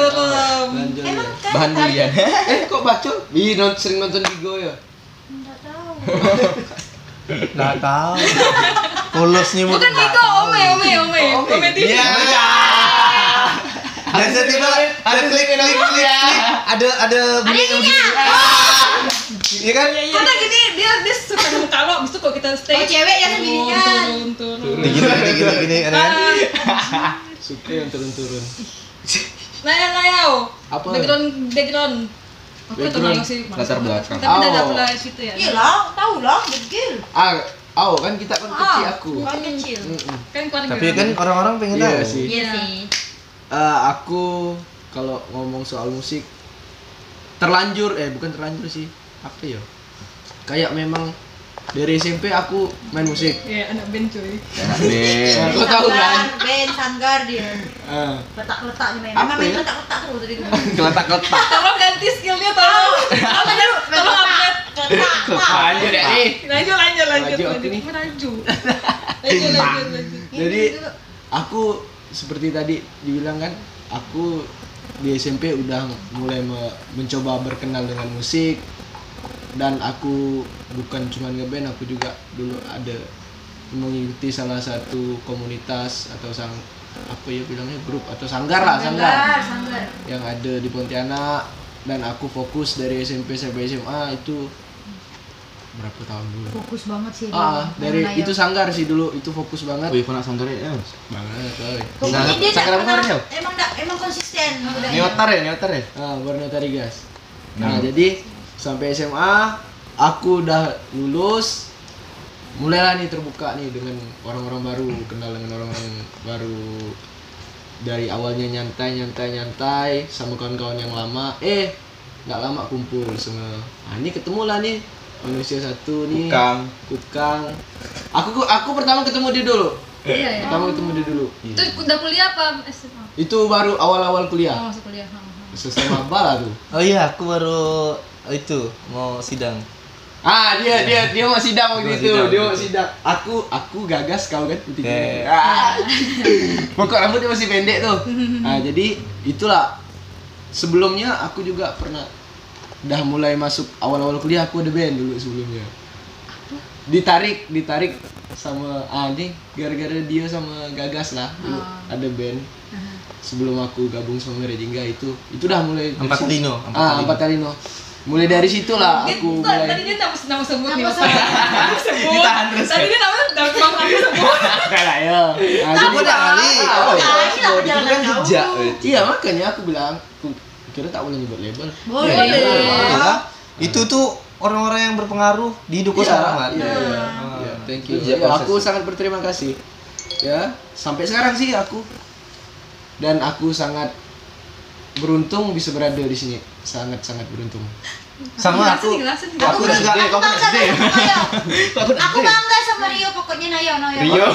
Lanjut ya. Emang kan? Bahan durian. Eh kok baco? Ih, non sering nonton Bigo ya. Nggak tahu. Nggak tahu. Polosnya mungkin Bukan nggak Miko, tahu. Ome, Ome, Ome. Ome TV. Iya. Dan setiap kali ada klik klik klik klik, ada ada bunyi yang begini. Ah! Iya kan? Karena gini dia dia suka nemu kalau habis itu kalau kita stay. Oh, cewek yang sendirian. Turun, turun, turun. Gini gini gini gini ada kan? Ah, Suka yang turun-turun. Naya, Naya. oh. Apa? Background, background. Aku tahu Background, nggak sih maksudnya. latar belakang. Tapi ada Oh. latar belakang situ ya. Iya lah, tahu lah, begil. Ah, aw kan kita kan kecil aku. Hmm. Kan kecil. Mm-mm. Kan keluarga. Tapi kan orang-orang pengen Iya tahu. sih. Iya sih. Eh, aku kalau ngomong soal musik terlanjur eh bukan terlanjur sih apa ya kayak memang dari SMP aku main musik Iya, anak band cuy. Enak deh. Nah, kau tahu kan Sanggar, Ben, sanggar dia. Eh, Letak-letak di Apa mainan. Mama main ya? letak-letak terus dari <laughs> dulu. keletak-keletak Tolong ganti skillnya tolong. Tolong dulu, tolong update. lanjut ya nih Lanjut, lanjut, lanjut, Maju aku lanjut. nih. Maju. Lanjut, lanjut, lanjut. jadi aku seperti tadi dibilang kan aku di SMP udah mulai me- mencoba berkenal dengan musik dan aku bukan cuma ngeband aku juga dulu ada mengikuti salah satu komunitas atau sang apa ya bilangnya grup atau sanggar lah sanggar Sanggar, sanggar. yang ada di Pontianak dan aku fokus dari SMP sampai SMA itu berapa tahun dulu Fokus banget sih. ah dia. dari Naya. itu sanggar sih dulu itu fokus banget Wih, pernah sanggar ya? banget woy. Pokoknya dia Sanggar nggak apa kemarin, pernah- Yel? Emang nggak- emang konsisten. budaknya. Neotar ya, neotar ya? Ah, Borneo Tarigas. Nah. Nah, jadi sampai SMA aku udah lulus mulailah nih terbuka nih dengan orang-orang baru, kenal dengan orang-orang baru dari awalnya nyantai nyantai nyantai sama kawan-kawan yang lama eh nggak lama kumpul sama ah, ini ketemu lah nih manusia satu nih Kang. kukang aku aku pertama ketemu dia dulu Iya ya. pertama ketemu dia dulu Itu udah kuliah apa SMA? itu baru awal-awal Oh, kuliah masuk kuliah. Ha, ha. selesai maba lah tuh Oh iya, aku baru oh, itu mau sidang. Ah dia dia dia mau sidang waktu Iya. Dia mau sidang itu, dia waktu mau itu. sidang. Aku aku gagas kau kan Eh. putih gini. Ah. <laughs> Pokok rambutnya masih pendek tuh. Ah jadi itulah sebelumnya aku juga pernah udah mulai masuk awal-awal kuliah aku ada band dulu sebelumnya. Ditarik ditarik sama ah ini gara-gara dia sama gagas lah dulu ada band. Sebelum aku gabung sama Rejingga itu itu udah mulai dari Empat situ. Lino, Empat Ah, Lino. empat Lino. Mulai dari situlah Dia- aku tuh, mulai. Tadi dia nama nama sebut nih. Nama <laughs> Bapak. Nama sebut. Tadi dia nama nama nama sebut. Enggak lah ya. Nah, jadi- Aku dah kali. Ah, Nah, iya. ini aku jalan Kan jauh. jejak. eh. Iya makanya aku bilang aku kira tak boleh nyebut label. Boleh. Iya, iya, Iya iya. lah. Itu tuh orang-orang yang berpengaruh di hidup Iya, sekarang kan. Iya, iya. Iya, Thank you. Iya, Ya, aku proses. sangat berterima kasih. Ya, sampai sekarang sih aku dan aku sangat beruntung bisa berada di sini. Sangat-sangat beruntung. Sama aku. Jelasin, jelasin. Aku juga Aku bangga sama Naya. Aku bangga sama Rio pokoknya Naya, Naya. Rio.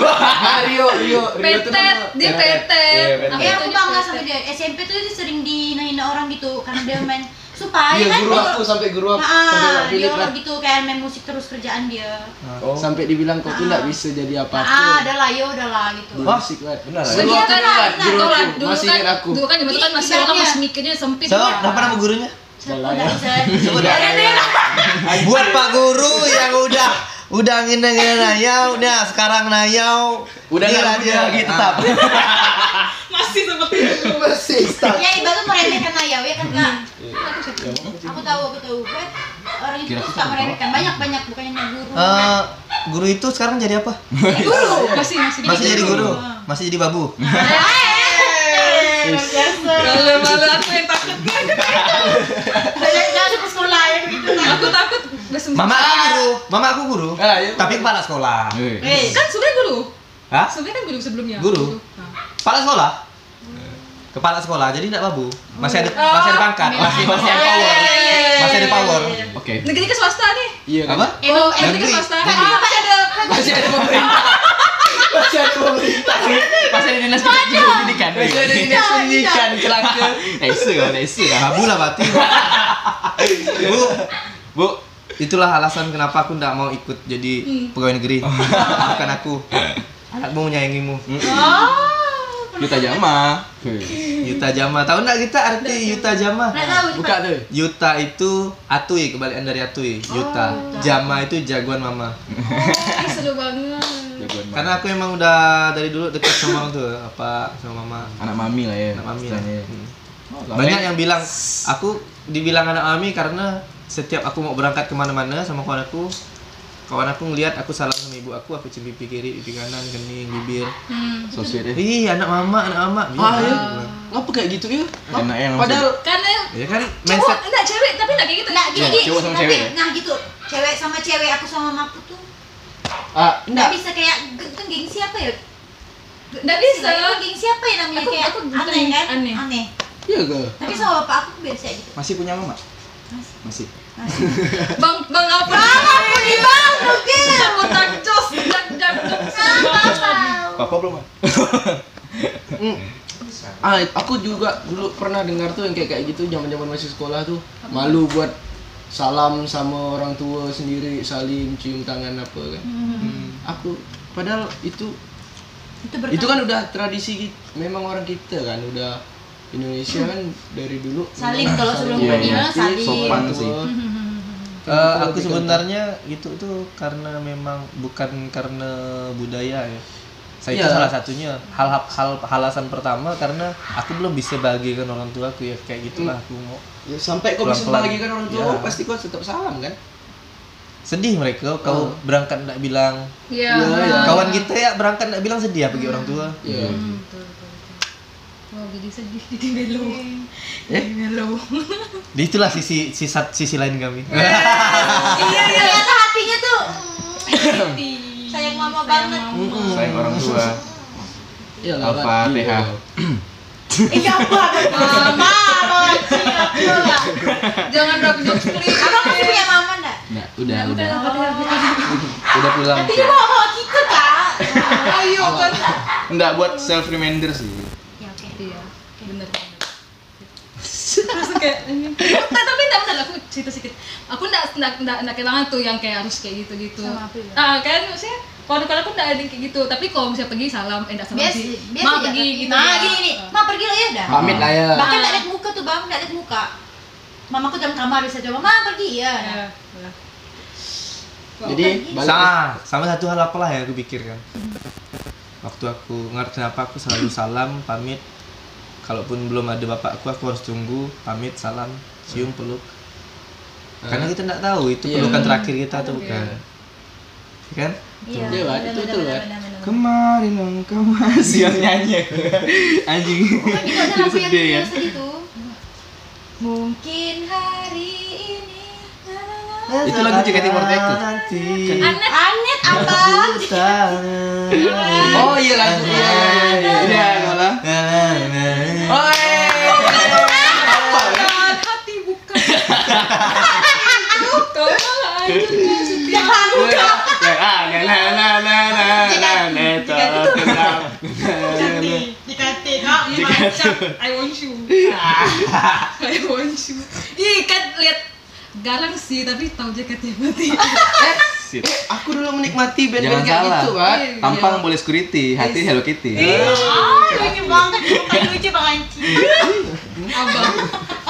Rio, Rio, Rio Petet, tuh nama- Dia Iya, tetet. iya, tetet. Eh, aku bangga sama dia. SMP tuh dia sering dihina-hina orang gitu karena dia main supaya Iya, kan guru aku sampai guru aku sampai Ah, nggak dia pilih kan. orang gitu kayak main musik terus kerjaan dia. Oh, Sampai dibilang kau tuh nggak bisa jadi Ah, apa-apa. udah lah, yo udah lah gitu. Guru musik kan. benar lah. ya. Guru Iya, aku kan, ingat, ingat, guru tolak. aku. Dulu Masih kan- ingat aku. Dulu kan itu kan masih Iya, orang iya. masih mikirnya sempit. Iya. Sama, apa nama gurunya? Udah lah Udah ya. bisa. Udah. Buat Pak Guru yang udah udah ngene-ngene Nayau, nah sekarang Nayau Udah Ini nggak lah punya dia Ah. lagi tetap. Masih seperti itu. Masih stuck. Ya, ibarat tuh meremehkan Naya, ya Hmm. kan Kak? Aku tahu, aku tahu. Kan orang itu Kira-kira suka apa? meremehkan banyak-banyak bukannya hanya guru. Ah, Eh, guru itu sekarang jadi apa? Guru masih masih. Masih jadi guru, masih jadi babu. Malu malu aku yang takut. Banyak jangan ke sekolah ya gitu. Aku takut udah sembuh. Mama aku guru, mama aku guru. Ah, iya. Tapi kepala sekolah. Eh, Eh, Kan sebenarnya guru. Hah? Sebenarnya kan guru sebelumnya. Guru? Nah. Kepala sekolah? Kepala sekolah, jadi enggak babu. Masih ada masih ada pangkat, iya, masih masih ada power. Masih ada power. Oke. Negeri ke swasta nih. Iya kan? Apa? Oh, emang negeri ke Negeri. swasta. kan Ah, masih ada kan Masih ada pemerintah. Masih ada <laughs> pemerintah. Masih ada dinas pendidikan. Masih ada dinas pendidikan <laughs> kelaknya. Nese lah, nese lah. Babu lah berarti. Bu, Bu, itulah alasan kenapa aku enggak mau ikut jadi pegawai negeri. Bukan aku. Anakmu menyayangimu. Oh, Yuta Jama. Yuta Jama. Tahu nggak kita arti Yuta Jama? Nggak tahu itu. Buka tuh. Yuta itu Atui, kebalikan dari Atui. Yuta. Jama itu jagoan Oh, mama. Ih, seru banget. Jagoan banget. Karena aku emang udah dari dulu dekat sama orang tuh, apa sama mama. anak mami lah ya. Anak mami lah. istilahnya. Hmm. Oh, Banyak yang bilang aku dibilang anak mami karena setiap aku mau berangkat kemana-mana sama kawan aku, kawan aku ngelihat aku salam sama ibu aku, aku cium pipi kiri, pipi kanan, kening, bibir. Hmm. so sweet ya. Ih, anak mama, anak mama. Ah, ya. Iya. Ngapa kayak gitu ya? Enak ya langsung. Padahal Karena Ya kan cowok mindset enggak cewek tapi enggak kayak gitu. Nah, gini, Cowok- cowok sama tapi, cewek ya? nah gitu. Cewek sama cewek, aku sama mamaku tuh ah, nggak enggak. bisa kayak ge- kan gengsi apa ya? Enggak bisa. Istilahnya gengsi apa ya namanya Aku- kayak aku bukan aneh kan? aneh. Iya gak? Tapi sama bapak aku biasa gitu. Masih punya mama? Masih. Bang bang apa? Aku di bang, oke. Aku tak jos, jak jak jos. Papa belum? ah? Hmm. Ah, aku juga dulu pernah dengar tuh yang kayak kayak gitu zaman-zaman masih sekolah tuh malu buat salam sama orang tua sendiri, salim, cium tangan apa kan. Aku padahal itu Hmm. Itu berarti itu kan udah tradisi gitu. memang orang kita kan udah Indonesia kan dari dulu salim memang kalau sebelum Iya, pergi iya. kan salim. Sopan Tua. sih. Eh, aku sebenarnya itu tuh karena memang bukan karena budaya ya. Saya itu Iya. salah satunya hal hal hal- alasan pertama karena aku belum bisa bahagiakan orang tua aku ya kayak gitulah aku mau Ya, sampai kau bisa Pelan-pelan. membahagiakan orang tua, Iya. pasti kau tetap salam kan? sedih mereka Oh. kau berangkat nggak bilang Iya. Iya, iya. kawan kita ya berangkat nggak bilang sedih apa bagi orang tua Iya. Wow, Oh, jadi sedih jadi melo. Eh? Jadi melo. Di itulah sisi sisi sisi lain kami Iya, iya. Ternyata hatinya tuh sayang mama banget. Sayang orang tua. Iya lah. Alfa, Rat. TH. Iya. Iya apa? Mama, Jangan rock jokes please. Abang masih punya mama enggak? Nah, udah, udah. Apa Udah pulang. Tapi dia bawa bawa kita kak. ayo kan. Enggak buat self reminder sih. Ya oke. Iya. Bener. Terus kayak ini. Tapi tapi enggak masalah aku cerita sedikit. Aku enggak enggak enggak enggak kehilangan tuh yang kayak harus kayak gitu-gitu. Sama aku juga. Ah, kan maksudnya kalau kalau aku enggak ada yang kayak gitu, tapi kalau misalnya pergi salam eh enggak salam Biasa, sih. biasa. Ma aja, pergi tapi- gitu. Ma ya. Nah, gini nih. Ma pergi lah ya dah. Ah. Pamit lah ya. Bahkan nggak lihat muka tuh bang, nggak lihat muka. Mamaku dalam kamar bisa coba, ma pergi ya. Iya. iya. Jadi balik sama sama satu hal apalah yang aku pikirkan waktu aku ngerti kenapa aku selalu salam pamit kalaupun belum ada bapak aku aku harus tunggu pamit salam cium peluk karena kita nggak tahu itu Iya. pelukan terakhir kita atau bukan Ya kan Iya, Iya, Wak, benar, itu benar, betul, benar, Wak. benar, benar. Kemarin engkau masih yang nyanyi aku. Anjing. Kan gitu ada lagu yang <laughs> Sedih ya. yang sedih tuh. Mungkin hari ini na, na, na. Itu lagu JKT48 tuh. Nanti Anet Anet <laughs> apa? aku tangan. Oh iya lagu iya. iya, iya. Iya, malah. Na, na, na, na. Oh, iya. bukan hati bukan. Kau malah aja. Jangan lupa. Ah, na na na na na na na to. Dikati, dikati, kak. I want you. I want you. Ih, kan lihat garang sih, tapi tahu JKT mati. Sip. Aku dulu menikmati Jangan band-band kayak salah. gitu, Pak. Tampang boleh security, hati Hello Kitty. Iya. Ah, lucu banget. Mukanya lucu banget. Abah, abah,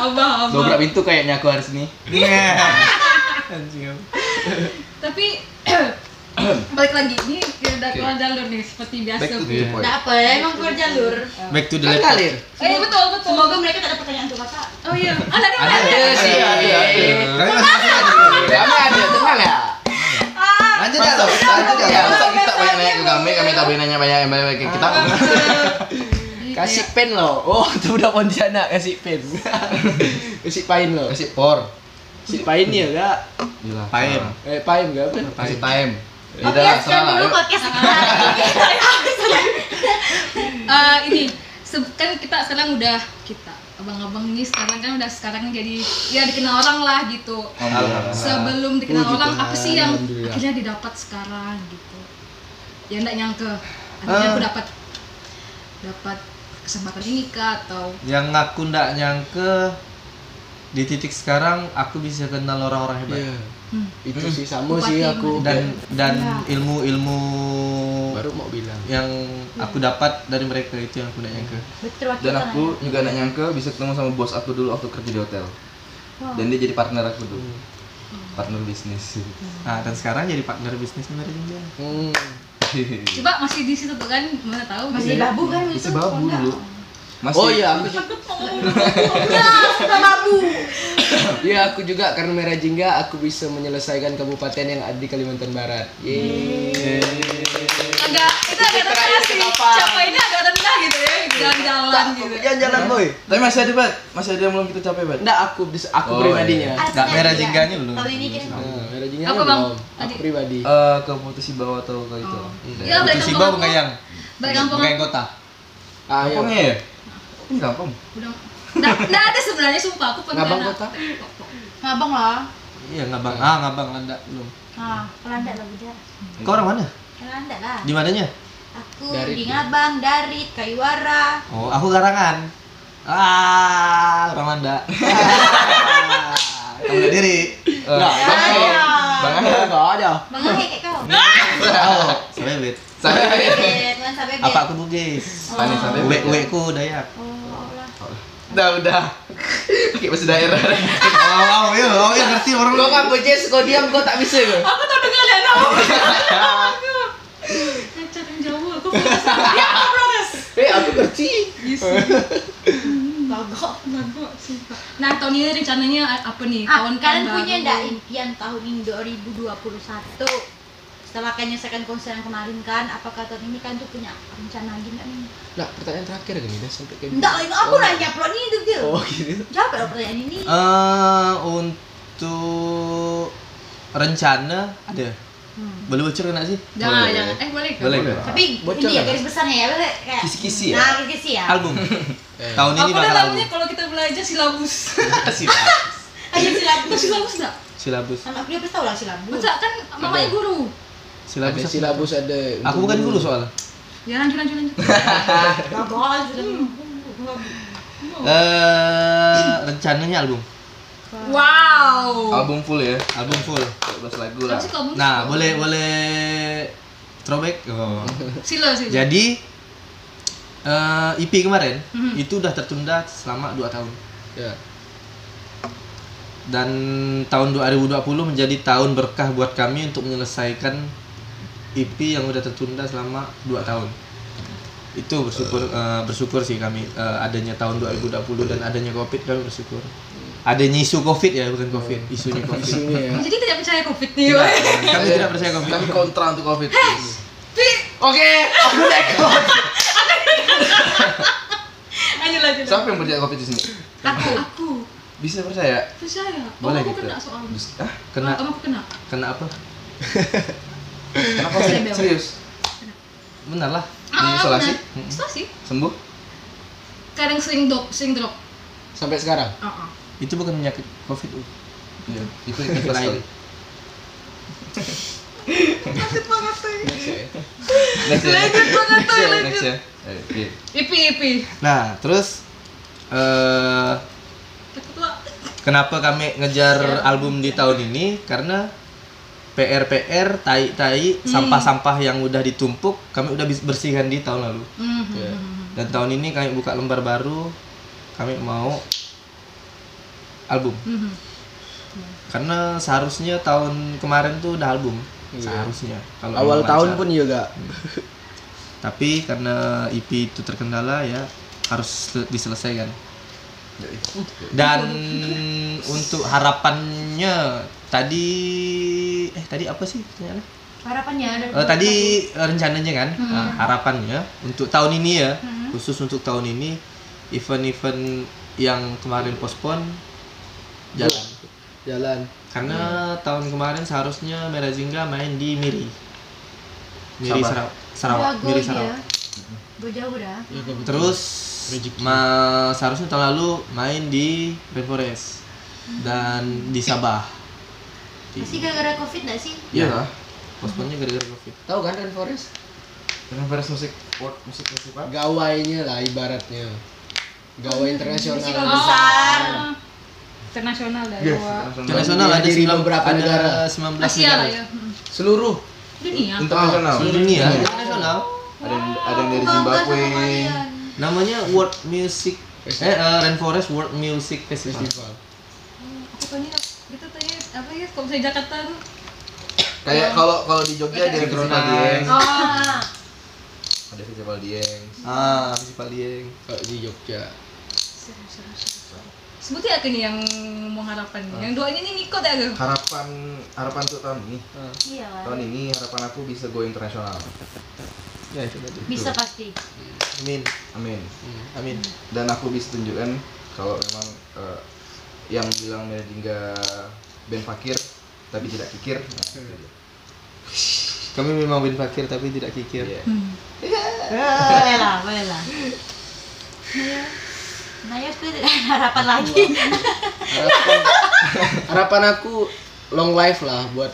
abah. Iya. Dobrak pintu kayaknya aku harus nih. Anjing. Tapi <clears throat> balik lagi ini udah keluar jalur nih seperti biasa. Back to the point. Nggak apa, ya, emang keluar jalur. Back to the Kan laptop. ngalir. Eh betul betul. Semoga mereka tak ada pertanyaan untuk kakak. Oh iya, ada nih. Ada Iya sih, iya, iya, iya. Kami masih Lama ada, tenang ya. lanjut ya Masa kita masa kita banyak nanya ke kami, kami tak boleh nanya banyak yang banyak ke kita. Kasih pen lo. Oh, <laughs> itu udah Pontianak kasih <laughs> pen. kasih pain lo. Kasih por. Kasih pain ya, Kak. Gila. Pain. Eh, pain enggak pen. Kasih time. Oke, Iya, Udah, sekian salah. dulu Ayo. podcast kita hari Eh, ini se- kan kita sekarang udah kita abang-abang ini sekarang kan udah sekarang jadi ya dikenal orang lah gitu. Ah, Alhamdulillah. Sebelum dikenal Puji orang Tuhan, apa sih yang Alhamdulillah. akhirnya didapat sekarang gitu. Ya enggak nyangka akhirnya aku dapat dapat kesempatan ini kak atau Yang aku ndak nyangka di titik sekarang aku bisa kenal orang-orang hebat Iya. Itu sih sama sih Bupati aku. dan dan ilmu-ilmu baru mau bilang yang aku dapat dari mereka itu yang aku nak nyangka Iya. Berterwakil Dan aku juga gak nyangka bisa ketemu sama bos aku dulu waktu kerja di hotel. Dan dia jadi partner aku dulu. Partner bisnis. nah dan sekarang jadi partner bisnis mereka juga hmm. Coba masih di situ tuh kan, mana tahu masih bisa. babu kan Itu itu. babu Honda. dulu. Masih oh iya aku juga Sudah babu. iya aku juga karena merah jingga aku bisa menyelesaikan kabupaten yang ada di Kalimantan Barat Yeay. Agak itu agak rendah sih. Capainya agak rendah gitu ya, Nah, jalan-jalan gitu. Jangan jalan boy Tapi masih ada, Bat. Masih ada yang belum kita capai, Bat. enggak aku dis- aku Oh, pribadinya Asli Nggak, merah juga. jingganya belum. Tahun ini kan Nah, merah jingganya Apa, Bang? belum aku Tadi. pribadi Eh, ke putus bawah atau Oh, ke itu. Iya, Iya. Ya, balik Putus kampung Iba aku. bukan yang Balik kampung bukan yang aku. kota ah iya. Kampungnya ya? Ini kampung. Udah. Nggak nggak ada sebenarnya sumpah aku pernah. Ngabang kota? ngabang lah. iya ngabang ah ngabang landak belum Ah, Belanda lah budak. kau orang Iya. mana Belanda lah. di mananya Aku Dari- di Ngabang, Darit, Kayuara. oh aku karangan ah orang landak Ah, kamu nggak diri Enggak. Eh, Bang Enggak, enggak ada Bang Ahe kayak kau. oh selebet Saya Eh, Tuan Sabet. apa aku bugis Oh. Panis sampai. uwe uwe ku dayak Oh, lah. Udah, udah. Oke, bahasa daerah. wow wow ya wow ya ngerti orang kau kan bojes kau diam kau tak bisa kau Aku tahu dengar ya, no. Ngecat yang jauh, aku protes. Ya, aku protes. eh aku ngerti Bagok, bagok, sumpah. Nah, tahun ini rencananya apa nih? Ah, Kawan-kawan kalian baru. punya ndak impian tahun ini 2021? Setelah kalian nyelesaikan konser yang kemarin kan, apakah tahun ini kan tuh punya rencana lagi nggak nih? nah pertanyaan terakhir gini dah sampai kayak Enggak, itu aku nanya bro ini tuh Gil. oh gitu Jawab dong pertanyaan ini. Eh untuk rencana ada. Hmm. Boleh bocor nggak sih? Jangan, jangan. Eh, boleh. Boleh. Tapi Bocor ini ya nggak? garis besarnya ya, boleh kayak Kisi-kisi ya? Nah, kisi-kisi ya. <laughs> Album. Tahun ini Aku udah bakal album. namanya kalau kita belajar <laughs> silabus. Ayo Tahu silabus. silabus nggak? Silabus. Anak dia pasti tahu lah silabus. Masa kan mamanya guru. ada Silabus. apa? silabus ada Aku bukan guru soalnya. Ya lanjut lanjut lanjut. Bagus kan sudah. Oh. Eh rencananya album. Wow. Album full ya. Album full. 12 lagu lah. Apa sih kamu? Nah, boleh boleh throwback. Oh. Sila sih. Jadi eh IP kemarin itu udah tertunda selama 2 tahun. ya dan tahun 2020 menjadi tahun berkah buat kami untuk menyelesaikan EP yang udah tertunda selama 2 tahun. Itu bersyukur eh, bersyukur sih kami eh, adanya tahun 2020 dan adanya Covid kami bersyukur. Adanya isu Covid ya, bukan Covid, isunya Ya. Covid. ini ya Jadi tidak percaya covid nih. Tidak, weh. kami tidak percaya Covid. Kami kontra untuk Covid. oke aku dekor Lanjut lanjut. Siapa yang percaya Covid di sini? Aku aku Bisa percaya? percaya. oh, Boleh aku gitu. kena soalnya. Bis- ah, Kena Oh. Kamu aku kena. kena apa? Kenapa sih? Serius? Benar lah. Ah, Di isolasi? benar. Isolasi. Sembuh? Kadang sering drop, sering drop. sampai sekarang Ah, ah. Itu bukan penyakit Covid. Bu. Iya. <laughs> Itu itu lain. Next ya. Next ya. Next ya. Eh, Oke. Ipi ipi. Nah, terus eh Ketua. Kenapa kami ngejar album di tahun ini? Karena PR-PR, tai-tai, sampah-sampah yang udah ditumpuk, kami udah bis- bersihkan di tahun lalu. Hmm. Ya. Dan tahun ini kami buka lembar baru, kami mau album. Mhm. Karena seharusnya tahun kemarin tuh udah album, Iya. seharusnya. Kalau awal memang tahun lancar. pun juga Tapi karena EP itu terkendala ya harus sel- diselesaikan. Dan untuk harapannya tadi eh tadi apa sih pertanyaannya? Harapannya ada. Eh, tadi eh, rencananya kan Nah, harapannya untuk tahun ini ya khusus untuk tahun ini event-event yang kemarin postpone jalan jalan karena tahun kemarin seharusnya Merajingga main di Miri Miri Sama. Sarawak, Sarawak. Miri Sarawak Hmm. ya. Gue jauh dah. Terus ma seharusnya tahun lalu main di Rainforest dan di Sabah. Pasti gara-gara covid nggak sih? Iya lah. Postponenya gara-gara Covid. tahu kan Rainforest Dengan versi musik world musik festival. gawainya lah ibaratnya gawai internasional Besar. Oh. Internasional dah. Yes. Wak. Internasional ada Iya, Dari 19 beberapa negara. ada 19 Asia negara. lah ya. Hmm. seluruh Dunia. Internasional. Seluruh dunia. Iya. internasional. Ada yang, ada yang dari Zimbabwe. <laughs> Namanya World Music eh eh, Rainforest World Music Festival. Hmm, Aku tanya itu tanya apa ya kalau misalnya Jakarta tuh Kayak kalau kalau di Jogja ada festival Synchronize. Dieng. Ah, oh Ada festival Dieng. Ah, Festival Dieng. Kalau di Jogja. sebut ya nih yang mau harapan yang dua ini nih ngikut ya aku Harapan harapan untuk tahun ini. Iya. Tahun ini harapan aku bisa go internasional. Ya, itu tadi. Bisa pasti. Amin. Hmm, Amin. Amin. Dan aku bisa tunjukkan kalau memang eh, yang bilang Merjingga band fakir tapi tidak kikir. Nah, itu dia. Kami memang bin fakir tapi tidak kikir. Iya. Eh, Boleh lah, boleh lah. Iya. Nah ya, sudah tidak ada harapan lagi. Harapan, harapan aku long life lah buat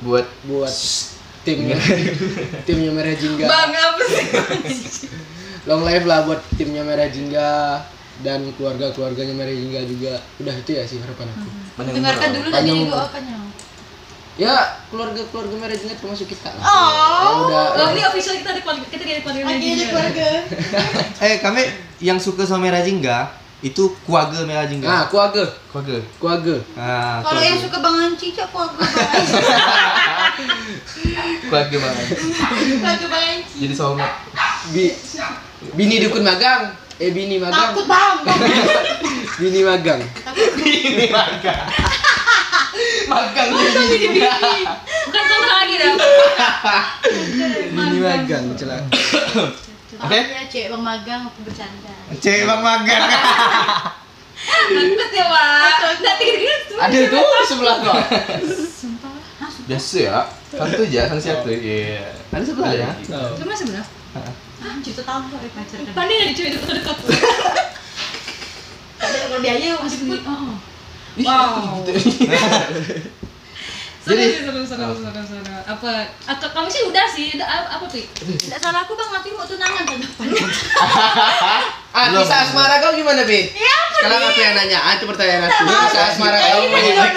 Buat buat <laughs> timnya timnya merah jingga bang apa sih long life lah buat timnya merah jingga dan keluarga keluarganya merah jingga juga udah itu ya sih harapan aku panjang umur. Dengarkan dulu tadi Panjang ibu umur. apanya. ya keluarga keluarga merah jingga termasuk kita lah Yang udah oh ini official kita ada keluarga kita dari Iya, keluarga Lagi ada Najib ya. keluarga. Eh, kami yang suka sama merah jingga itu keluarga merah nah jingga. keluarga Keluarga. keluarga Ah, Kalau yang keluarga. suka Bang Anci, cak <laughs> aku aku Bang Anci. Keluarga banget. Keluarga Bang Enci. Jadi soulmate. Bi, bini dukun magang eh bini magang Takut bang. Bang. bini magang bukan kontra lagi dah bini magang celaka Maaf ya, cek Bang Magang aku bercanda. Cek Bang Magang. takut ya pak nanti gini tuh ada tuh sebelah kau Biasa ya. Satu aja, sang satu. Iya. Ada sebelah ya? lu masih berapa Anjir, tuh tahu kok eh, pacar kan. pandai nggak dicuri dekat-dekat Kalau dia aja masih Sebut, oh. Wow. <laughs> seru Jadi- sih, seru seru seru seru. Apa? Aku, kamu sih udah sih. Udah, apa, apa tuh? Tidak salah aku Bang Anci mau tunangan tahun depan. Ah, kisah asmara kau gimana, Bi? Ya, Sekarang apa yang nanya? Ah, itu pertanyaan aku. Kisah asmara kau Eh, Ini juga merah tentang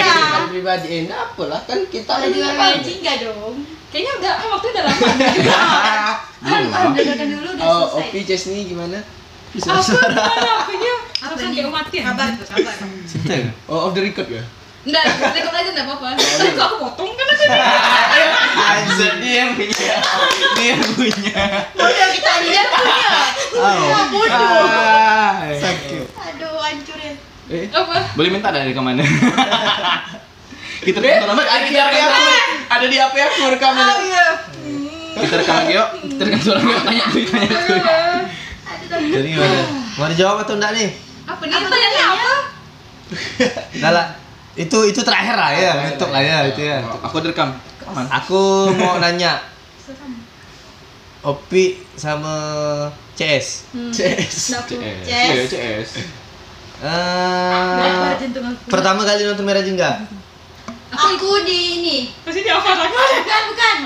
jingga. kehidupan pribadi. Eh, enggak apalah kan kita Ada juga kan. kayak jingga dong. Kayaknya udah eh, waktu udah <laughs> lama. Kan ah, dadakan dulu udah Oh, selesai. Opi Chesney gimana? Apa? Gimana? Apanya? Apa Apa kayak nih? matian? Sabar tuh, sabar. Cinta. ya? Oh, off the record ya? Enggak, rekod aja enggak apa-apa. Tapi kok aku potong kan <laughs> aku. Anjir, dia yang punya. Dia yang punya. Udah kita lihat punya. Oh. Ah, Sakit. Aduh, hancur ya. Apa? Boleh minta dari <laughs> kemana? kita rekam lama ada di HP aku ada di ya? HP aku rekaman Oh iya. kita rekam lagi yuk kita rekam suara yuk tanya tuh tanya tuh jadi gimana mau dijawab atau enggak nih Apa nih? Tanya apa? enggak lah itu itu terakhir lah ya tutup lah ya itu ya Aku ada rekam. aku mau nanya Opi sama CS Ches. Enggak aku. Iya, CS. Eh, Jantung aku. pertama kali nonton Merah Jingga Aku di ini. Pasti dia apa lagi? Bukan, bukan.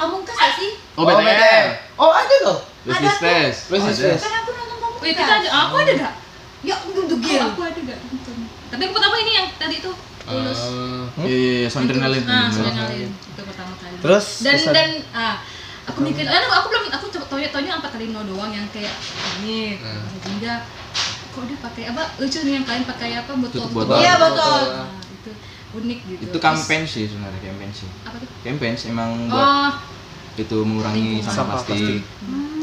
Pamungkas gak sih? Oh, BTR. Oh, ada kau. Resist eh. test. Resist Ada. test. Kan aku nonton pamungkas. Wih, Oh, kita ada. Aku ada enggak? Ya, untuk Aku, gil. aku ada enggak? Oh, Tapi yang pertama ini yang tadi tuh lulus. Iya, iya, iya, sound adrenaline. Ah, adrenalin. Itu pertama kali. terus dan kesan- dan ah aku mikir ah, aku, aku belum aku coba tanya tanya empat kali no doang yang kayak ah, ini sehingga kok dia pakai apa lucu nih yang kalian pakai apa botol Tutup botol. Iya, botol. Ah, itu unik gitu Itu Terus, campaign sih sebenarnya, campaign sih. apa tuh Campaign sih emang buat oh itu mengurangi Sampah sampah plastik.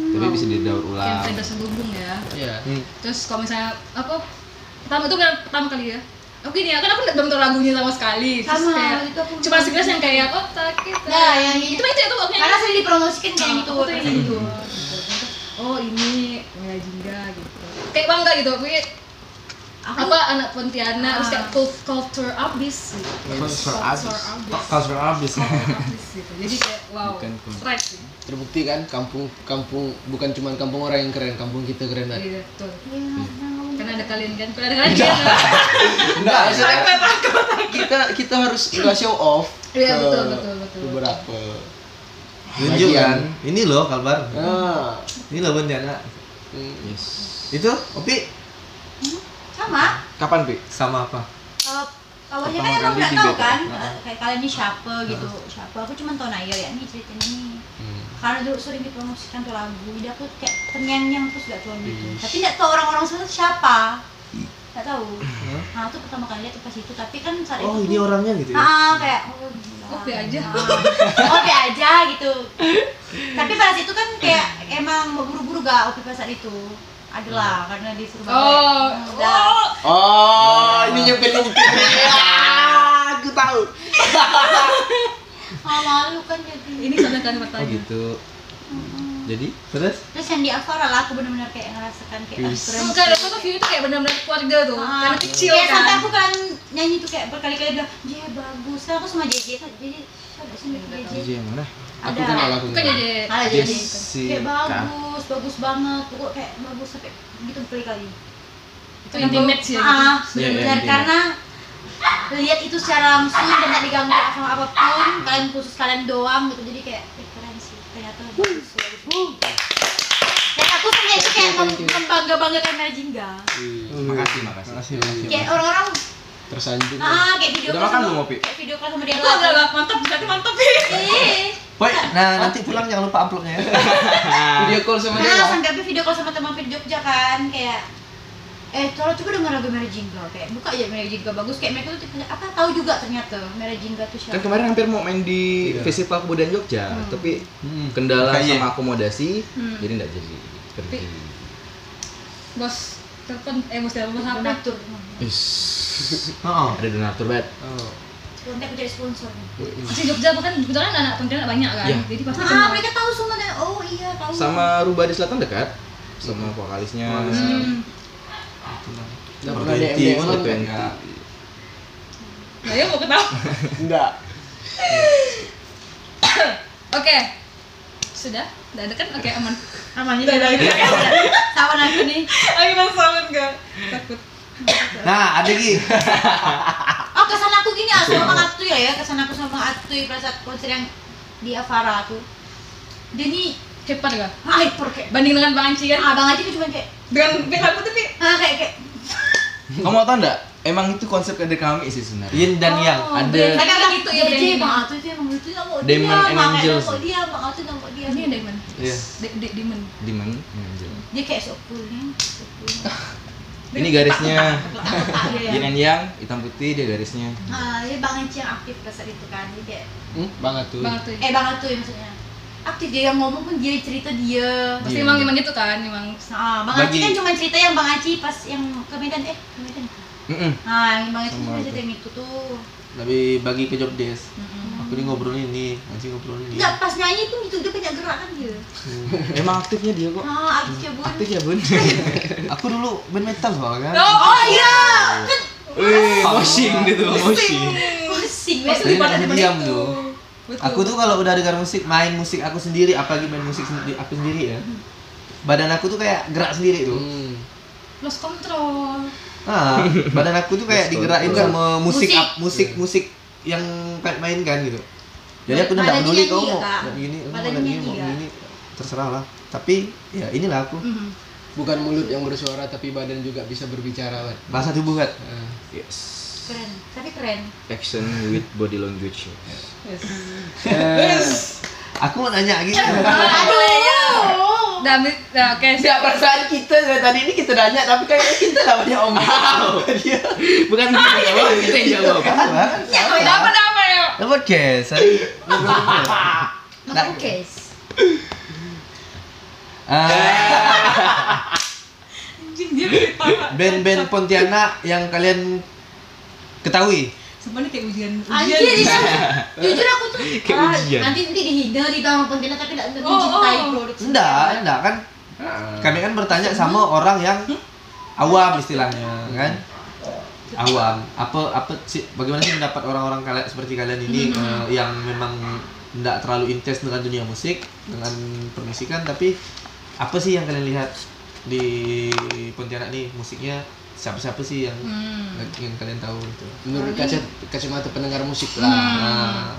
Tapi bisa didaur ulang. campaign terselubung ya Iya. terus kalau misalnya apa pertama itu kan pertama kali ya aku gini ya kan aku nggak- belum tahu lagunya sama sekali terus Sama, kayak itu aku cuma segelas yang kayak oh tak kita Nah, yang ini. itu itu itu aku yang Karena sering dipromosikan kayak Nah, gitu. aku tuh yang gitu. oh ini Maya Jingga gitu kayak bangga gitu gue Aku apa anak Pontianak terus Ah. kayak cult- culture abis gitu Culture abis. abis Culture abis. Culture abis gitu jadi kayak wow Bukan cult. fresh gitu. sih Terbukti kan kampung kampung bukan cuma kampung orang yang keren, kampung kita keren <laughs> banget. Iya, betul Iya, nah, karena ada kalian kan karena ada kalian kan Enggak, maksudnya kita kita harus enggak show off. Iya, ke betul, betul, betul. Beberapa. Tunjukkan. kan. Ini loh kabar. Nah, Ini loh Pontianak. Yes. Itu Opi Sama. Kapan, Pi? sama apa? Kalau awalnya kan Pertama emang kali nggak di tahu BTR. kan Heeh. Nah. Hmm. kayak kalian ini siapa gitu siapa aku cuma tahu Nayo ya nih ceritanya nih karena dulu sering dipromosikan tuh lagu jadi aku kayak ternyang-nyang terus gak tahu gitu tapi gak tahu orang-orang semua tuh siapa gak tahu nah itu pertama kali lihat tuh pas itu tapi kan saat oh ini itu tuh- orangnya gitu ya ah kayak oh, gila. Oke aja. Ah, oke aja gitu tapi pada saat itu kan kayak emang mau buru-buru gak oke pada saat itu Hmm. adalah karena disuruh Oh, balik. Udah. Oh, ini nyepil nyepil. Ah, aku tahu. Ah, malu kan jadi Ini soalnya kan oh bertanya. gitu jadi terus terus yang di Afara lah aku benar-benar kayak ngerasakan kayak Wis. asuransi. Enggak, aku tuh view itu kayak benar-benar keluarga tuh. Ah, Karena kecil kayak sampai kan. aku kan nyanyi tuh kayak berkali-kali bilang dia bagus Terus aku sama JJ jadi ada sih JJ Jadi yang Nah, mana? Aku kenal aku. Bukan ya, Kenal. jadi ada JJ Jessica. kayak bagus bagus banget pokok kayak bagus sampai gitu berkali-kali itu intimate sih ya gitu. ah Iya, iya, benar intimate. karena lihat itu secara langsung dan tak diganggu sama apapun kalian khusus kalian doang gitu jadi kayak eh, keren sih ternyata bagus bagus. dan aku punya itu kayak mem- membangga-banggakan Merjingga Makasih, makasih. makasih makasih kayak orang-orang Tersanjung. ah kayak video Udah call makan sama- belum, Opi? kayak video call sama dia Iya. Wah, udah, udah, mantap, berarti mantap ya. Ih. Woi, nah nanti pulang jangan lupa amplopnya ya. Video call sama dia. Nah, lah. sampai aku video call sama teman aku di Jogja kan, kayak eh tolong coba denger lagu Mary Jingga kayak buka aja Mary Jingga bagus kayak mereka tuh tanya, apa tahu juga ternyata Mary Jingga tuh siapa Kan kemarin hampir mau main di Iya. Festival Kebudayaan Jogja, tapi Hmm. kendala Makanya. sama akomodasi, Hmm. jadi nggak jadi pergi. Bos telepon, eh bos telepon bos HP. donatur Is, <laughs> Oh. ada donatur banget. Oh. nanti aku jadi sponsor Si Jogja bahkan Jogja kan anak pendidikan banyak kan. Iya. Jadi pasti ah kenal. mereka tahu semua dan oh iya tahu Sama Rubah di Selatan dekat, sama vokalisnya. Hmm. Nggak pernah Berganti, Iya, DM -an. berganti. Nah, ya mau ketawa. Enggak. <coughs> Oke. Sudah? Udah ada kan? Oke, aman. <coughs> Aman Udah ada lagi. tawan aku nih Ayo bang selamat enggak? Takut. Nah, ada lagi. oh kesan aku gini ah sama Bang Atuy lah ya kesan aku sama Bang Atuy pada saat konser yang di Avara tuh dia nih Hebat enggak? hyper kayak Banding dengan Bang Anci kan? abang aja tuh cuma kayak Dengan pin aku tapi ah kayak kayak Kamu mau tau nggak? Emang itu konsep kader kami sih sebenarnya. Yin dan Yang. Oh, Kan iya, Ada- branding Tapi kan gitu gitu ya, ya branding. Bang Atu itu emang lucu nggak mau Demon dia, and makanya Angels. nggak mau dia Bang Atu nggak mau dia ini ada Iman. Iya. Dek dek Dimen. Di mana? Angel. dia kayak sok cool nih sok cool. Ini garisnya Ah, iya, Yin iya. and Yang, hitam putih dia garisnya. Ah, dia Bang Eci yang aktif pada saat itu kan dia kayak Hmm, banget tuh. Bang tuh. eh Bang Atu ya maksudnya aktif dia yang ngomong pun dia cerita Iya. dia Pasti emang emang gitu kan, emang Nah, Bang Aci Bagi- kan cuma cerita yang Bang Aci pas yang ke Medan eh ke Medan Mm-mm. nah yang Bang Aci Sama cuma aku. cerita yang itu tuh Lebih bagi ke job desk. Aku ini ngobrol ini, nanti ngobrol ini. nggak pas nyanyi pun gitu dia banyak gerak kan dia Iya. Hmm. Emang aktifnya dia kok. ah aktif ya bun Aktif ya bun. Aku dulu band metal soalnya kan. oh iya Wih, moshing gitu, moshing. pusing Pasti banget Jadi pada aku depan diam itu. tuh. Betul. Aku tuh kalau udah dengar musik, main musik aku sendiri, apalagi main musik sendi- aku sendiri ya. Badan aku tuh kayak gerak sendiri tuh. Hmm. lost control. Ah, badan aku tuh kayak digerakin sama musik Musik. up, musik musik yang kayak main kan gitu. Jadi aku udah nggak Badannya peduli kau nyanyi ya, mau Kak? mau gini, mau Badannya gini, mau nyanyi ya? gini, terserah lah. Tapi ya inilah aku Hmm. Bukan mulut yang bersuara tapi badan juga bisa berbicara, Wan. bahasa tubuh kan. Ah. Yes. keren tapi keren Action with body language. Eh, Aku mau nanya <laughs> gitu. <laughs> Aduh. Udah ambil, nah, oke. Tidak perasaan kita dari tadi ini kita nanya tapi kayaknya kita lah banyak omong. Bukan kita yang jawab, Iya, kita Iya, yang jawab. Ya, kau dapat apa apa ya? Ya podcast. Makan case. Ah, Anjing dia lebih parah. Band-band Pontianak yang kalian ketahui. Sebenarnya kayak ujian. gitu. Anjir, Ujian. jujur aku tuh Kayak ah, ujian. nanti nanti dihina di bawah pontianak tapi tidak Oh, oh. mencintai produksi. Enggak, enggak kan kami kan bertanya sama orang yang awam istilahnya kan awam apa apa sih bagaimana sih pendapat orang-orang kalian seperti kalian ini eh, yang memang tidak terlalu intens dengan dunia musik dengan permusikan tapi apa sih yang kalian lihat di Pontianak nih musiknya siapa-siapa sih yang Hmm. yang kalian tahu gitu Menurut kaca, kacamata pendengar musik lah. Hmm. nah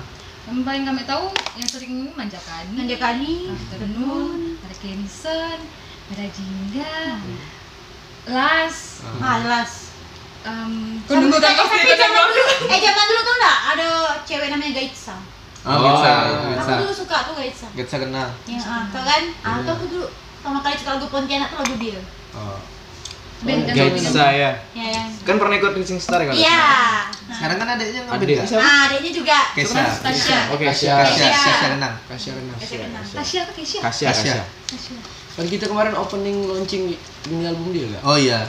Hmm. Yang paling kami tahu yang sering ini manjakan. Kan Nanjakani, Renun, ada Kenson, ada Jingga, Las. malas. Um, Tapi zaman dulu, eh zaman dulu tuh enggak ada cewek namanya Gaitsa. Ah, Oh, Getsa, Aku Getsa. dulu suka tuh gak Itza. Getsa kenal. Yang ah, tau kan? Ah, tuh aku dulu pertama kali suka lagu Pontianak tuh lagu dia. Ben kan Getsa ya. Ya yang Kan pernah ikut Rising Star ya kalau? Iya. Sekarang kan adiknya ngambil Adik. kan kan? Nah, adiknya juga. Kesha. Tasya. Oke, Kasya. Kasya. Kasya, Kasya. Kasya Renang. Kasya Renang. Tasya atau Kesia? Kasya, Kasya. Kasya. Kan kita kemarin opening launching mini album dia <laughs> enggak? Oh iya.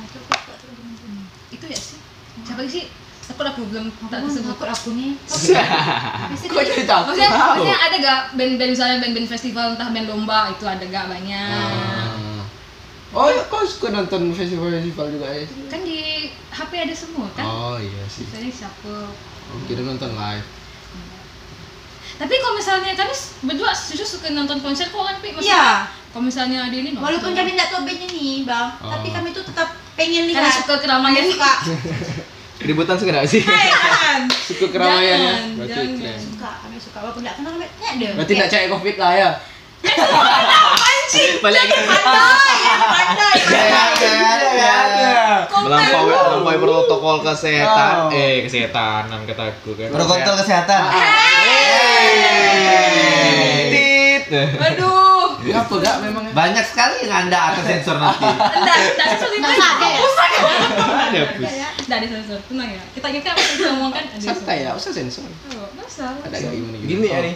Nah, tuh aku suka tuh lagu dia. Itu ya sih. Siapa lagi sih? Aku udah problem tak Aku tersebut. takut aku nih. Kok jadi takut? Maksudnya, maksudnya ada gak band-band misalnya band-band festival entah band lomba itu ada gak banyak? Hmm. Oh, ya, kau suka nonton festival-festival juga ya? Kan di HP ada semua kan? Oh iya sih. Misalnya siapa? Kita nonton live. Tapi kalau misalnya kami s- berdua jujur suka nonton konser kok kan, Pi? Maksudnya, Iya. Kalau misalnya di ini nonton. Walaupun kami tidak tahu bandnya nih, Bang, Oh. tapi kami tuh tetap pengen lihat. karena suka keramaian. suka. ya. Ributan suka nggak sih? Suka keramaian ya. Jangan, Berarti jangan. keren. Suka, kami suka. Walaupun tidak kenal kami, ya deh. Berarti enggak cek Covid lah ya. Balik lagi. Iya, ya, Pandai. Melampaui melampaui protokol kesehatan. Oh. Eh, kesehatanan kataku kan. Protokol kesehatan. Tit. Aduh. Kenapa enggak Iya, memang? Eh, ya? Banyak sekali yang anda akan sensor nanti. Enggak, enggak sensor itu. Enggak ada ya? Ada pus. Enggak ada sensor, tenang ya. Kita ingat apa yang kita omongkan. ada sensor. Santai ya, usah sensor. Oh, nggak salah. Ada enggak gimana Gini ya nih.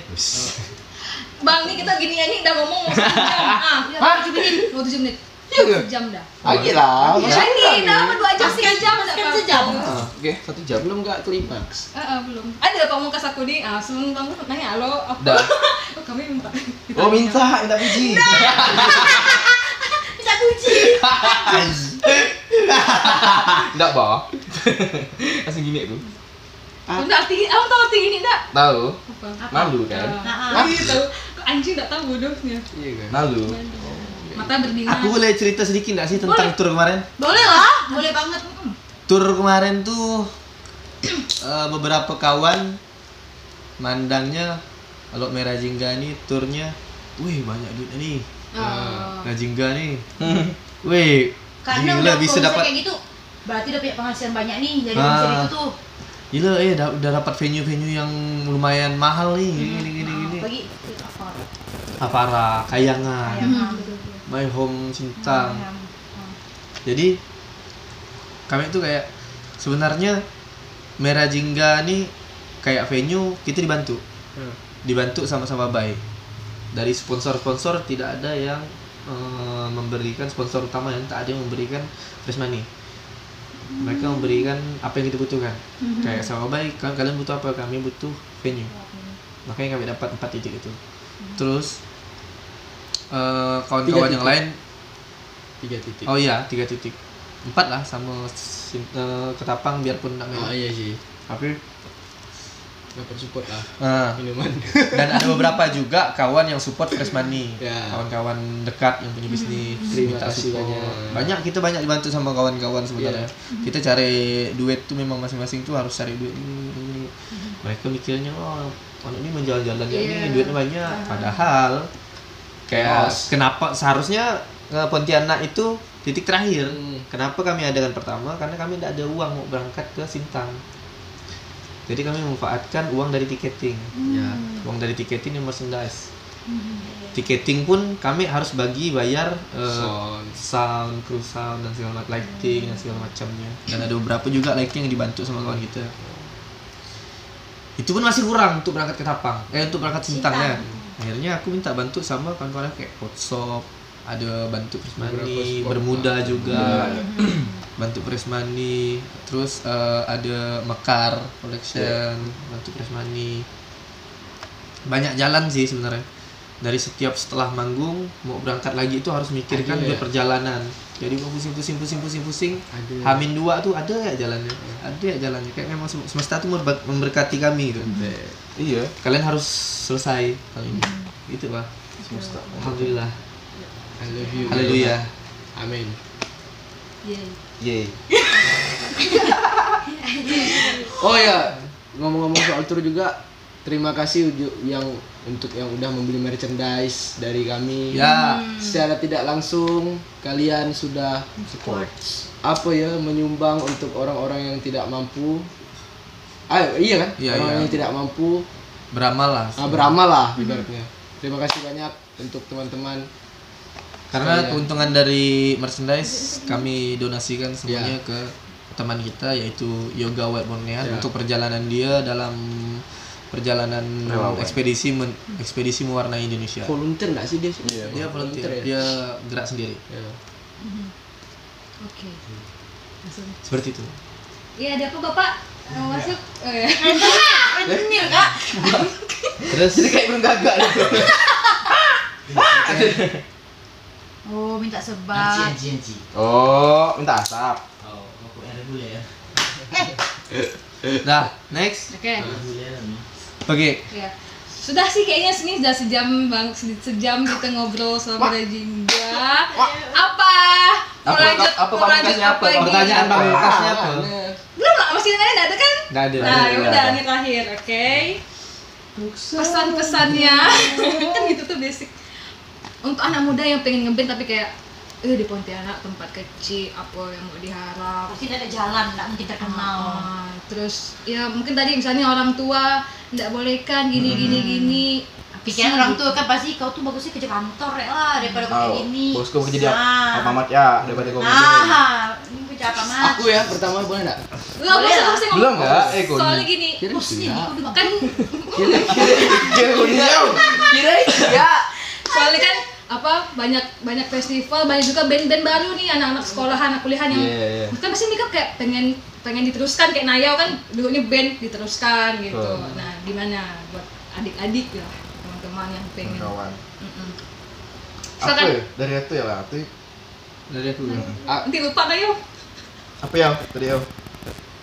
Bang, nih kita gini ya nih udah ngomong mau satu jam. Ah, Hah? 7 menit, mau 7 menit. Iya ke? Jam dah. Ah, Iya. iya Lagi lah. Ya ini, dah mau 2 jam, 3 jam, enggak Kan apa-apa. sejam. Ah, Oke, satu jam belum enggak klimaks. Ah, ah, belum. Ada pamungkas aku di ah sebelum kamu nanya halo apa? Dah. <laughs> Oh, kami minta. <laughs> Oh minta, minta biji. Bisa kunci. Ah, Enggak, Bah. <laughs> Langsung gini aku. Oh, enggak arti, kamu tahu arti ini enggak? Tahu? Apa? Malu kan? Nah, ah. Ah, iya tahu. Kok Anjing enggak tahu bodohnya. Iya kan? Malu. Mata berbinar. Aku boleh cerita sedikit nggak sih tentang tur kemarin? boleh lah, boleh banget. Tur kemarin tuh eh, beberapa kawan mandangnya kalau merah jingga nih turnya, wih banyak duit nih. Ah. Merah jingga nih. Wih, Oh. Karena gila udah bisa dapat kayak gitu, berarti udah punya penghasilan banyak nih, jadi Ah. bisa itu tuh. gila eh da- udah dapat venue-venue yang lumayan mahal nih Hmm. gini gini gini. gini. Bagi apa? Apara, Kayangan, Kayangan, Oh, iya. My Home Sintang. Jadi kami itu kayak sebenarnya Merah Jingga nih kayak venue kita dibantu. Hmm. Dibantu sama-sama baik. Dari sponsor-sponsor tidak ada yang eh, memberikan sponsor utama yang tak ada yang memberikan fresh money. Mereka memberikan apa yang kita butuhkan. Kayak sama baik, "Kal- kalian butuh apa? Kami butuh venue. Makanya kami dapat empat titik itu. Terus eh, kawan-kawan Tiga yang titik. lain Tiga titik. Oh iya, tiga titik. Empat lah sama sin- eh, ketapang biarpun enggak Ah main. iya sih. Tapi Dapat support lah eh, <laughs> minuman. dan ada beberapa juga kawan yang support Fresh Money. Ya. Hmm. Kawan-kawan dekat yang punya bisnis, Terima minta kasih support. banyak. Iya. Banyak kita banyak dibantu sama kawan-kawan sebenarnya. Kita cari duit tuh memang masing-masing tuh harus cari duit ini, ini, ini. Mereka mikirnya oh, anak ini menjalan-jalan ya nih, duitnya banyak. Padahal kayak kenapa seharusnya eh, Pontianak itu titik terakhir. Hmm. Kenapa kami adakan pertama? Karena kami tidak ada uang mau berangkat ke Sintang. Jadi kami memanfaatkan uang dari tiketing. Ya. Uang dari tiketing dan merchandise. Tiketing pun kami harus bagi bayar eh, Sound. sound, crew sound dan segala macam lighting dan segala macamnya. Dan ada beberapa juga lighting yang dibantu sama kawan kita. Itu pun masih kurang untuk berangkat ke Tapang. Eh untuk berangkat Sintang ya. Akhirnya aku minta bantu sama kawan-kawan kayak Photoshop, ada bantu Beberapa Prismani, spot. Bermuda juga. bantu Prismani, terus eh, ada Mekar Collection, Iya. bantu Prismani. Banyak jalan sih sebenarnya. Dari setiap setelah manggung mau berangkat lagi itu harus mikirkan duit Ada ya? perjalanan. Jadi mau pusing-pusing pusing-pusing pusing. Ada. Hamin dua tuh ada ya jalannya. Iya. Ada ya jalannya. Kayak memang sem- semesta tuh merba- memberkati kami gitu. Iya. Kalian harus selesai kali ini. Hmm. Gitu, Pak. Alhamdulillah. I love you. Haleluya. Amin. Yeay. Oh ya, ngomong-ngomong soal tur juga, terima kasih uju- yang untuk yang udah membeli merchandise dari kami. Ya. Secara tidak langsung kalian sudah support apa ya menyumbang untuk orang-orang yang tidak mampu. Ah iya kan? Iya, orang iya. yang tidak mampu beramal lah Ah, beramal lah ibaratnya. Terima kasih banyak untuk teman-teman. karena Iya. Sekalian. keuntungan dari merchandise kami donasikan semuanya Iya. ke teman kita yaitu Yoga White Borneo Ya. untuk perjalanan dia dalam perjalanan Relawan. ekspedisi men- ekspedisi mewarnai Indonesia Volunteer nggak sih dia? sih? dia volunteer Iya, Volunteer ya? dia gerak sendiri Ya. Oke. Langsung. seperti itu Iya, ada apa Bapak? Mau masuk? Oh, iya. Kan Eh. terus jadi kayak belum gagak gitu. <laughs> Oh, minta sebat. Oh, minta asap. Eh. nah next Oke. oke Iya. Sudah sih kayaknya sini sudah sejam bang se- sejam kita ngobrol sama Rajinda. Apa? Mau Apa- lanjut apa mau lanjut pamungkasnya apa? lagi? Pertanyaan pamungkasnya apa? Belum lah, masih yang lain ada kan? Nggak ada. Nah, Nggak ada, ya udah ini terakhir, oke. Pesan-pesannya kan itu tuh basic. Untuk anak muda yang pengen ngeband tapi kayak eh di Pontianak tempat kecil apa yang mau diharap Pasti tidak ada jalan, nggak mungkin terkenal. Ah, terus ya mungkin tadi misalnya orang tua nggak bolehkan gini gini gini Pikiran orang tua kan pasti kau tuh bagusnya kerja kantor ya lah daripada kau kayak Oh, gini. bosku mau jadi Nah. apa amat ya daripada kau ngomong. Ah, ini kerja apa mas? Aku ya pertama boleh nggak? Enggak, Boleh usah, lah. usah Belum ngomong. enggak? Eh, kau Soalnya gini, Kira Ini tidak. kau bilang, kan Kira kau nih, Yau. soalnya kan apa banyak banyak festival, banyak juga band-band baru nih anak-anak sekolahan, anak kuliahan yang Iya, iya. mereka pasti mereka kayak pengen pengen diteruskan kayak Nayao kan dulunya band diteruskan gitu. Betul. Nah, gimana buat adik-adik ya teman-teman yang pengen. Kawan. Mm-mm. Aku Silakan. ya, dari itu ya lah. Itu dari aku Nanti lupa Nayo. apa ya? Tadi ya.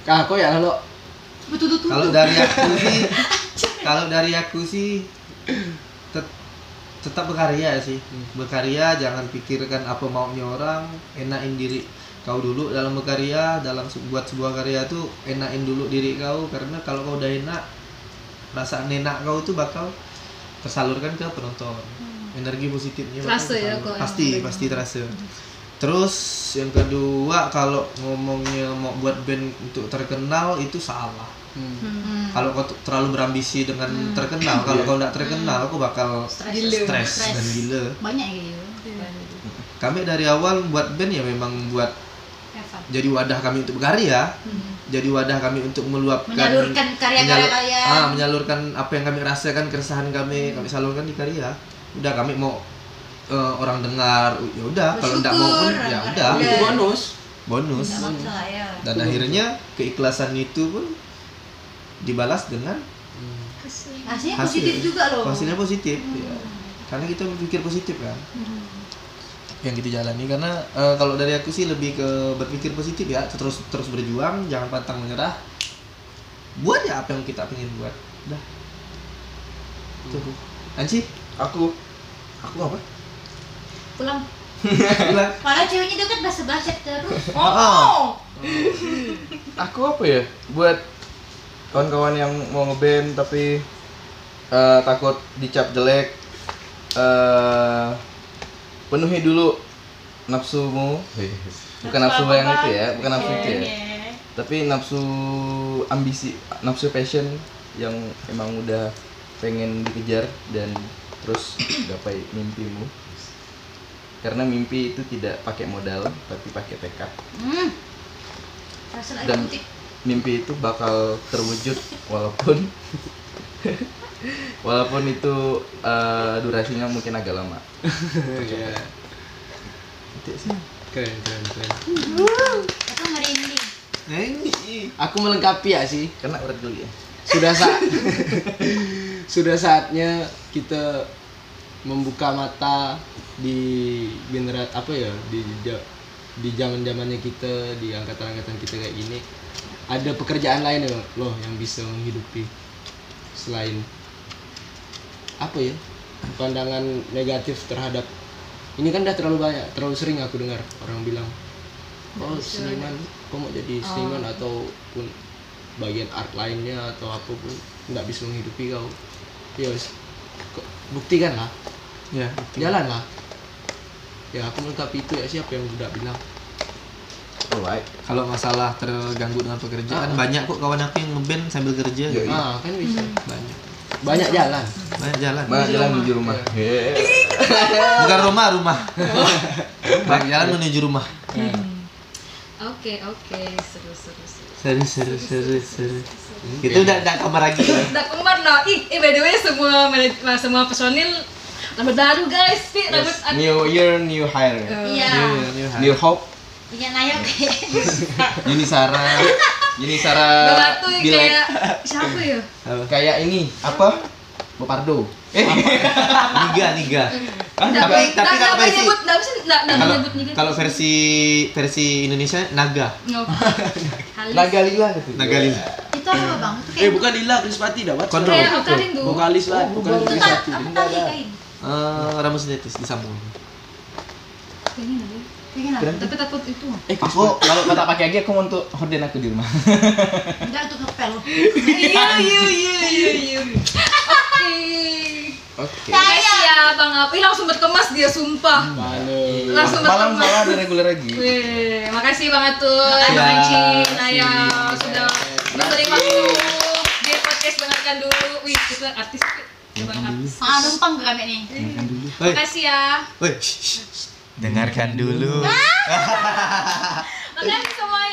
Kak, kau ya lo. betul betul. kalau dari <laughs> aku sih kalau dari aku sih tet- tetap berkarya sih berkarya jangan pikirkan apa maunya orang enakin diri kau dulu dalam berkarya dalam se- buat sebuah karya tuh enakin dulu diri kau karena kalau kau udah enak rasa enak kau tuh bakal tersalurkan ke penonton energi positifnya bakal Hmm. Terasa ya tersalur. kalau pasti emang pasti terasa terus yang kedua kalau ngomongnya mau buat band untuk terkenal itu salah Hmm. Hmm. kalau kau t- terlalu berambisi dengan terkenal kalau kau tidak terkenal kau bakal stres dan gila Banyak ya gitu. kami dari awal buat band ya memang buat jadi wadah kami untuk berkarya jadi wadah kami untuk meluapkan Hmm. Menyalurkan karya-karya Hmm. menyalur- kalian. ah, menyalurkan apa yang kami rasakan keresahan kami kami salurkan di karya udah kami mau eh, orang dengar ya udah kalau tidak mau pun Bersyukur, Iya. ya orang udah berkarya. Itu bonus. bonus Nggak maksa ya. dan akhirnya keikhlasan itu pun dibalas dengan Hmm. Hasilnya Hasil. positif juga loh. hasilnya positif ya. karena kita berpikir positif kan yang kita jalani karena eh, kalau dari aku sih lebih ke berpikir positif ya terus terus berjuang jangan pantang menyerah buat ya apa yang kita pengen buat dah Itu aku. Anci <laughs> Aku aku apa? Pulang. bilang Malah ceweknya itu kan bahasa-bahasa terus. oh, Aku apa ya? Buat kawan-kawan yang mau ngeband tapi eh, takut dicap jelek eh penuhi dulu nafsumu. Bukan nafsu yang itu ya, bukan nafsu itu ya. Iya, tapi nafsu ambisi nafsu passion yang emang udah pengen dikejar dan terus gapai mimpimu karena mimpi itu tidak pakai modal tapi pakai tekad Hmm. Perasaan ada Dan- butik. mimpi itu bakal terwujud walaupun <laughs> walaupun itu eh, durasinya mungkin agak lama Iya. itu sih Keren, keren, keren. Aku merinding. Nah, Aku melengkapi ya sih. karena urat dulu ya sudah saat <laughs> sudah saatnya kita membuka mata di generat apa ya di ja- di zaman zamannya kita di angkatan angkatan kita kayak gini ada pekerjaan lain ya, loh yang bisa menghidupi selain apa ya pandangan negatif terhadap ini kan udah terlalu banyak terlalu sering aku dengar orang bilang oh seniman kok mau jadi seniman ataupun bagian art lainnya atau apapun nggak bisa menghidupi kau ya wes Ko- buktikan lah ya jalan lah ya aku melengkapi itu ya siapa yang udah bilang alright kalau masalah Ah. terganggu dengan pekerjaan banyak kok kawan aku yang ngeband sambil kerja Yoi. ah kan bisa banyak Banyak jalan. Banyak jalan. Banyak jalan menuju rumah. Iya. Bukan rumah, <laughs> rumah. Banyak jalan menuju rumah. Oke, oke, seru, seru, seru. Seru, seru, seru, seru. Itu udah udah kamar lagi. Dak kembar no. Ih, eh, by the way semua manaj- semua personil rambut baru guys, Pi, rambut Eh, Yes. New year, new hire. Iya. nah, ya. New hope. Punya Naya kayaknya. Unisara. Unisara. Batu Bilek. kayak siapa ya? Kayak ini apa? Bopardo. Eh, Niga, niga. Nggak Tapi nggak- tapi nggak kalau boleh versi nyebut, nggak bisa, nggak nggak kalau nyebut juga. kalau versi versi Indonesia naga, Nggak. Halis. naga lila gitu. naga lila. <laughs> Itu apa bang? Itu Eh kayak bukan Lila Krispati dah, Wat. Kontrol. Kayak Okarin tuh. Vokalis lah, bukan itu kan Krispati. apa tadi kain? Eh, Ramus Detis disambung. Pengen nggak ya? Pengen lah, tapi takut itu. Eh, aku kalau kata pakai lagi aku mau untuk horden aku di rumah. Enggak untuk ngepel. Iya, iya, iya, iya, iya. Oke. Oke. Guys ya, Bang Api langsung berkemas dia sumpah. Halo. Langsung berkemas. Malam malam ada reguler lagi. Wih, makasih banget tuh Makasih. Bang Anci, Makasih. Naya sudah memberi waktu di podcast dengarkan dulu. Wih, kita artis. Kita Bang Api. Ah, numpang ke kami nih. Woi, Makasih ya. woi. shh, shh. Dengarkan dulu. Eh. Makasih semuanya.